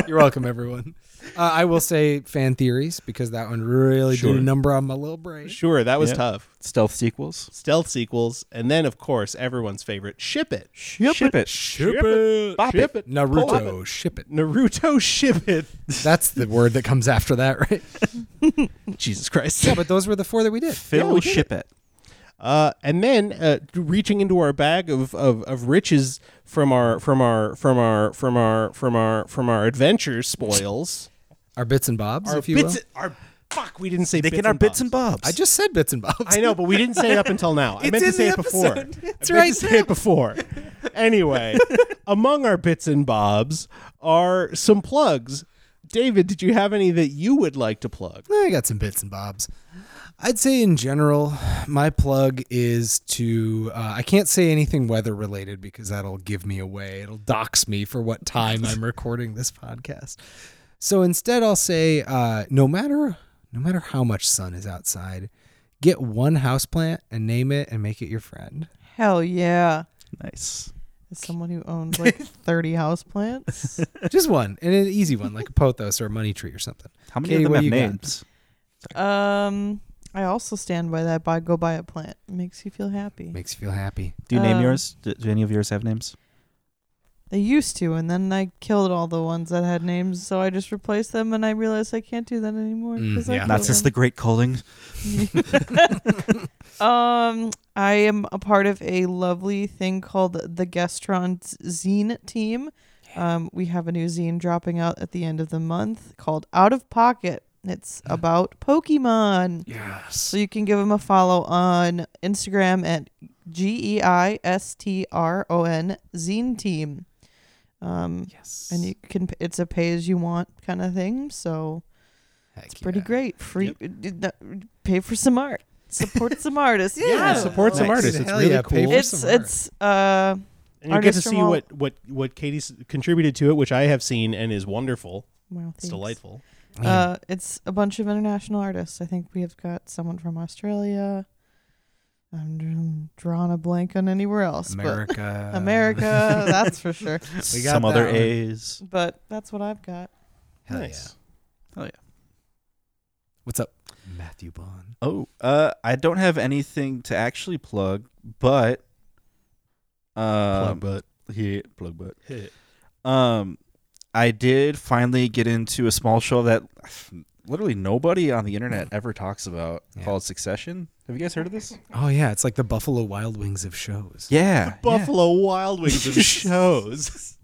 Speaker 4: You're welcome, everyone. Uh, I will say fan theories because that one really did a number on my little brain.
Speaker 1: Sure, that was
Speaker 3: Yeah.
Speaker 1: tough.
Speaker 3: Stealth sequels.
Speaker 1: Stealth sequels, and then of course everyone's favorite, ship it,
Speaker 3: Ship, it.
Speaker 1: Ship it.
Speaker 3: Bop
Speaker 1: Ship it.
Speaker 4: Naruto, ship it.
Speaker 1: Naruto, ship it.
Speaker 4: That's the word that comes after that, right?
Speaker 1: [LAUGHS] Jesus Christ.
Speaker 4: Yeah, but those were the four that we did.
Speaker 3: Phil
Speaker 1: Yeah, we did
Speaker 3: Ship it.
Speaker 1: Uh, and then uh, reaching into our bag of, of, of riches from our from our from our from our from our from our adventure spoils.
Speaker 4: Our bits and bobs, if you
Speaker 1: bits,
Speaker 4: will.
Speaker 1: our fuck, we didn't say
Speaker 3: They
Speaker 1: bits
Speaker 3: get our
Speaker 1: and
Speaker 3: bits
Speaker 1: bobs.
Speaker 3: and bobs.
Speaker 4: I just said bits and bobs.
Speaker 1: I know, but we didn't say it up until now. I
Speaker 4: It's
Speaker 1: meant to
Speaker 4: in
Speaker 1: say
Speaker 4: the
Speaker 1: it before.
Speaker 4: episode. It's
Speaker 1: I meant
Speaker 4: right
Speaker 1: to say it before.
Speaker 4: [LAUGHS]
Speaker 1: Anyway, among our bits and bobs are some plugs. David, did you have any that you would like to plug?
Speaker 4: I got some bits and bobs. I'd say in general, my plug is to. Uh, I can't say anything weather related because that'll give me away. It'll dox me for what time I'm recording this podcast. So instead, I'll say uh, no matter no matter how much sun is outside, get one houseplant and name it and make it your friend.
Speaker 2: Hell yeah.
Speaker 3: nice.
Speaker 2: As someone who owns like
Speaker 4: [LAUGHS]
Speaker 2: 30 houseplants,
Speaker 4: Just one and an easy one like a pothos or a money tree or something.
Speaker 3: [LAUGHS] How many
Speaker 4: Katie,
Speaker 3: of
Speaker 4: what
Speaker 3: them
Speaker 4: do
Speaker 3: have
Speaker 4: you got?
Speaker 3: names?
Speaker 2: um, I also stand by that. By go buy a plant, it makes you feel happy.
Speaker 4: Makes you feel happy.
Speaker 3: Do you name
Speaker 2: Um,
Speaker 3: yours? Do, do any of yours have names?
Speaker 2: They used to, and then I killed all the ones that had names, so I just replaced them, and I realized I can't do that anymore.
Speaker 4: Mm,
Speaker 2: 'cause I
Speaker 4: yeah.
Speaker 2: killed
Speaker 3: Not since the
Speaker 2: them.
Speaker 3: Great Culling.
Speaker 2: um, I am a part of a lovely thing called the Gastron Zine Team. Um, we have a new zine dropping out at the end of the month called Out of Pocket. It's about Pokemon.
Speaker 4: Yes.
Speaker 2: So you can give them a follow on Instagram at G E I S T R O N Zine Team. Um, yes. And you can, it's a pay as you want kind of thing. So it's pretty great. Free, d- d- pay for some art. support some artists.
Speaker 1: Yeah, support some
Speaker 4: Nice.
Speaker 1: artists. It's
Speaker 4: Hell
Speaker 1: really
Speaker 4: yeah,
Speaker 1: cool.
Speaker 4: pay for
Speaker 2: It's
Speaker 4: some art.
Speaker 2: it's uh
Speaker 1: and you get to
Speaker 2: artists from
Speaker 1: see
Speaker 2: all-
Speaker 1: what what what Katie's contributed to it, which I have seen and is wonderful.
Speaker 2: wow,
Speaker 1: It's delightful.
Speaker 2: Uh, it's a bunch of international artists. I think we have got someone from Australia. I'm dr- drawing a blank on anywhere else,
Speaker 4: America.
Speaker 1: [LAUGHS]
Speaker 2: but America, that's for sure.
Speaker 4: We got
Speaker 3: some other
Speaker 4: that one.
Speaker 3: A's.
Speaker 2: But that's what I've got.
Speaker 4: Hell
Speaker 1: nice.
Speaker 4: yeah.
Speaker 3: Oh yeah.
Speaker 4: What's up, Matthew Bond?
Speaker 3: Oh, uh, I don't have anything to actually plug, but um,
Speaker 1: Plug
Speaker 3: yeah, plug but
Speaker 1: butt.
Speaker 3: um, I did finally get into a small show that literally nobody on the internet ever talks about
Speaker 4: Yeah.
Speaker 3: called Succession. Have you guys heard of this?
Speaker 4: Oh yeah, it's like the Buffalo Wild Wings of shows.
Speaker 3: Yeah,
Speaker 1: Buffalo Wild Wings
Speaker 4: [LAUGHS]
Speaker 1: of shows.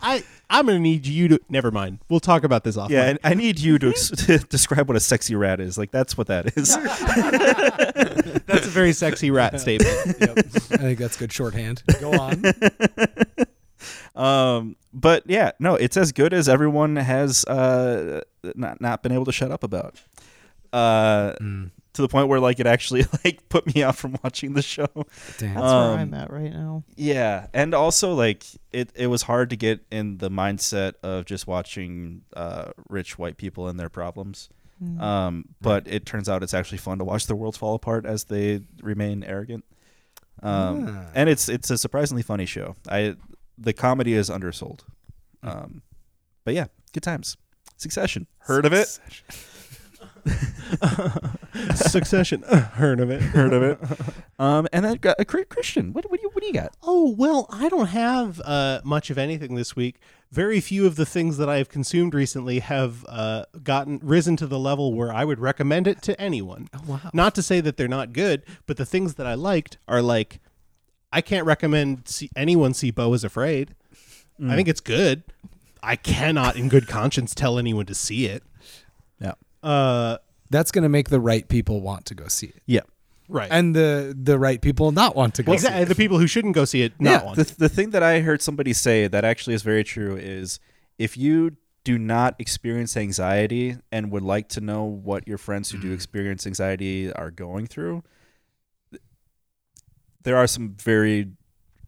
Speaker 1: I I'm gonna need you to. Never mind. We'll talk about this off.
Speaker 3: Yeah, and I need you to, ex- [LAUGHS] to describe what a sexy rat is. Like that's what that is.
Speaker 1: that's a very sexy
Speaker 4: [LAUGHS]
Speaker 1: rat statement.
Speaker 4: I think that's good shorthand. Go [LAUGHS] on.
Speaker 3: Um, but yeah, no, it's as good as everyone has uh, not not been able to shut up about. Uh,
Speaker 4: Mm,
Speaker 3: to the point where like it actually [LAUGHS] like put me out from watching the show.
Speaker 4: Damn.
Speaker 2: That's
Speaker 3: Um,
Speaker 2: where I'm at right now.
Speaker 3: Yeah, and also like it it was hard to get in the mindset of just watching uh, rich white people and their problems.
Speaker 2: Hmm.
Speaker 1: uh,
Speaker 3: Um, but it turns out it's actually fun to watch the world fall apart as they remain arrogant. Um,
Speaker 4: Ah.
Speaker 3: and it's it's a surprisingly funny show. I the comedy is undersold. Um, but yeah, good times. Succession. Heard of it?
Speaker 1: Succession. [LAUGHS] Uh, heard of it? Heard of it?
Speaker 3: [LAUGHS] Um, and then got a Christian. What what do you what do you got?
Speaker 1: Oh well, I don't have uh, much of anything this week. Very few of the things that I have consumed recently have uh, gotten risen to the level where I would recommend it to anyone. Oh, wow! Not to say that they're not good, but the things that I liked are like I can't recommend see, anyone see Bo is Afraid. I think it's good. I cannot, in good conscience, tell anyone to see it.
Speaker 3: Yeah.
Speaker 1: Uh,
Speaker 4: That's gonna make the right people want to go see it,
Speaker 3: Yeah.
Speaker 1: right.
Speaker 4: and the the right people not want to go.
Speaker 1: exactly the people who shouldn't go see it. Not
Speaker 3: yeah,
Speaker 1: one.
Speaker 3: the, the thing that I heard somebody say that actually is very true is if you do not experience anxiety and would like to know what your friends who do experience anxiety are going through, th- there are some very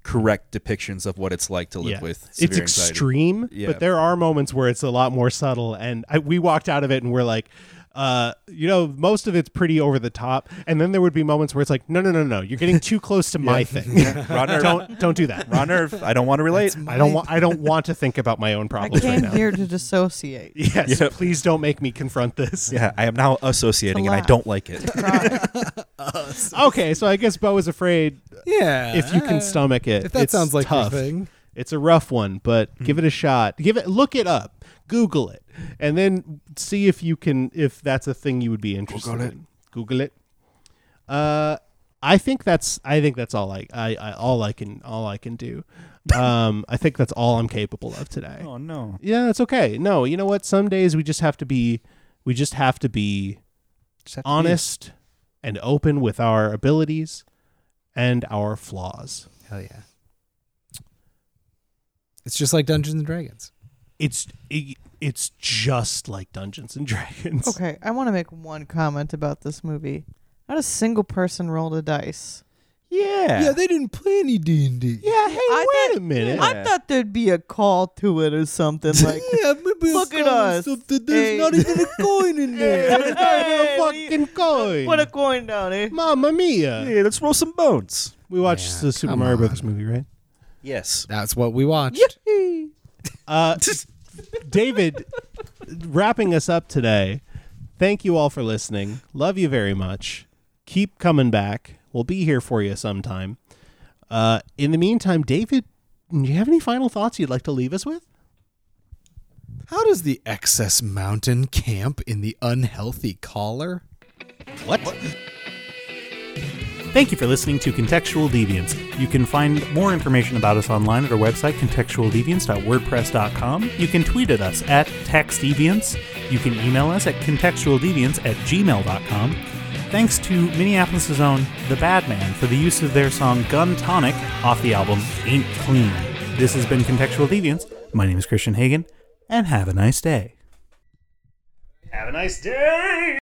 Speaker 3: correct depictions of what it's like to live with severe
Speaker 1: it's
Speaker 3: anxiety.
Speaker 1: [LAUGHS] extreme
Speaker 3: Yeah.
Speaker 1: but there are moments where it's a lot more subtle and I, we walked out of it and we're like uh, you know, most of it's pretty over the top, and then there would be moments where it's like, no, no, no, no, you're getting too close
Speaker 3: [LAUGHS]
Speaker 1: to my thing.
Speaker 3: Ron, Irv,
Speaker 1: Don't, don't do that.
Speaker 3: [LAUGHS] Ron Irv, I don't want to relate.
Speaker 1: I don't want, I don't want to think about my own
Speaker 2: I
Speaker 1: problems right
Speaker 2: came
Speaker 1: now.
Speaker 2: here to dissociate.
Speaker 1: [LAUGHS] Yes,
Speaker 3: Yep.
Speaker 1: please don't make me confront this.
Speaker 3: Yeah, I am now associating and I
Speaker 2: laugh.
Speaker 3: don't like it.
Speaker 2: Cry.
Speaker 1: Okay, so I guess Bo is afraid
Speaker 4: Yeah.
Speaker 1: if you can stomach it.
Speaker 4: Uh, If that
Speaker 1: It's
Speaker 4: sounds like your
Speaker 1: tough.
Speaker 4: thing.
Speaker 1: It's a rough one, but give it a shot. Give it look it up. Google it. And then see if you can if that's a thing you would be interested in. Google it. Uh I think that's I think that's all I, I, I all I can all I can do. Um I think that's all I'm capable of today.
Speaker 3: Oh no.
Speaker 1: Yeah, it's okay. No, you know what? Some days we just have to be we just have to be
Speaker 3: Just have to be-
Speaker 1: honest and open with our abilities and our flaws.
Speaker 4: Hell yeah. It's just like Dungeons and Dragons.
Speaker 1: it's it, it's just like Dungeons and Dragons. [LAUGHS]
Speaker 2: okay, I want to make one comment about this movie. Not a single person rolled a dice.
Speaker 3: Yeah.
Speaker 4: they didn't play any D and D.
Speaker 1: Yeah, hey,
Speaker 2: I
Speaker 1: wait
Speaker 2: thought-
Speaker 1: a minute.
Speaker 2: I thought there'd be a call to it or
Speaker 1: [LAUGHS]
Speaker 2: something like. Look at us. Hey.
Speaker 4: even a coin in
Speaker 1: There's not even a
Speaker 2: Hey, what do you-
Speaker 1: fucking coin.
Speaker 2: Put a coin down, eh?
Speaker 1: Mamma mia.
Speaker 3: Hey, let's roll some bones.
Speaker 1: We watched
Speaker 4: Yeah,
Speaker 1: the Super
Speaker 4: come
Speaker 1: Mario
Speaker 4: on.
Speaker 1: Brothers movie, right?
Speaker 3: Yes.
Speaker 4: That's what we watched.
Speaker 1: Uh, David, wrapping us up today. Thank you all for listening. Love you very much. Keep coming back. We'll be here for you sometime. Uh, in the meantime, David, do you have any final thoughts you'd like to leave us with?
Speaker 4: How does the excess mountain camp in the unhealthy collar?
Speaker 7: Thank you for listening to Contextual Deviance. You can find more information about us online at our website, contextualdeviance.wordpress.com. You can tweet at us at textdeviance. You can email us at contextualdeviance at gmail.com. Thanks to Minneapolis' own The Bad Man for the use of their song Gun Tonic off the album Ain't Clean. This has been Contextual Deviance. My name is Christian Hagen, and have a nice day. Have a nice day!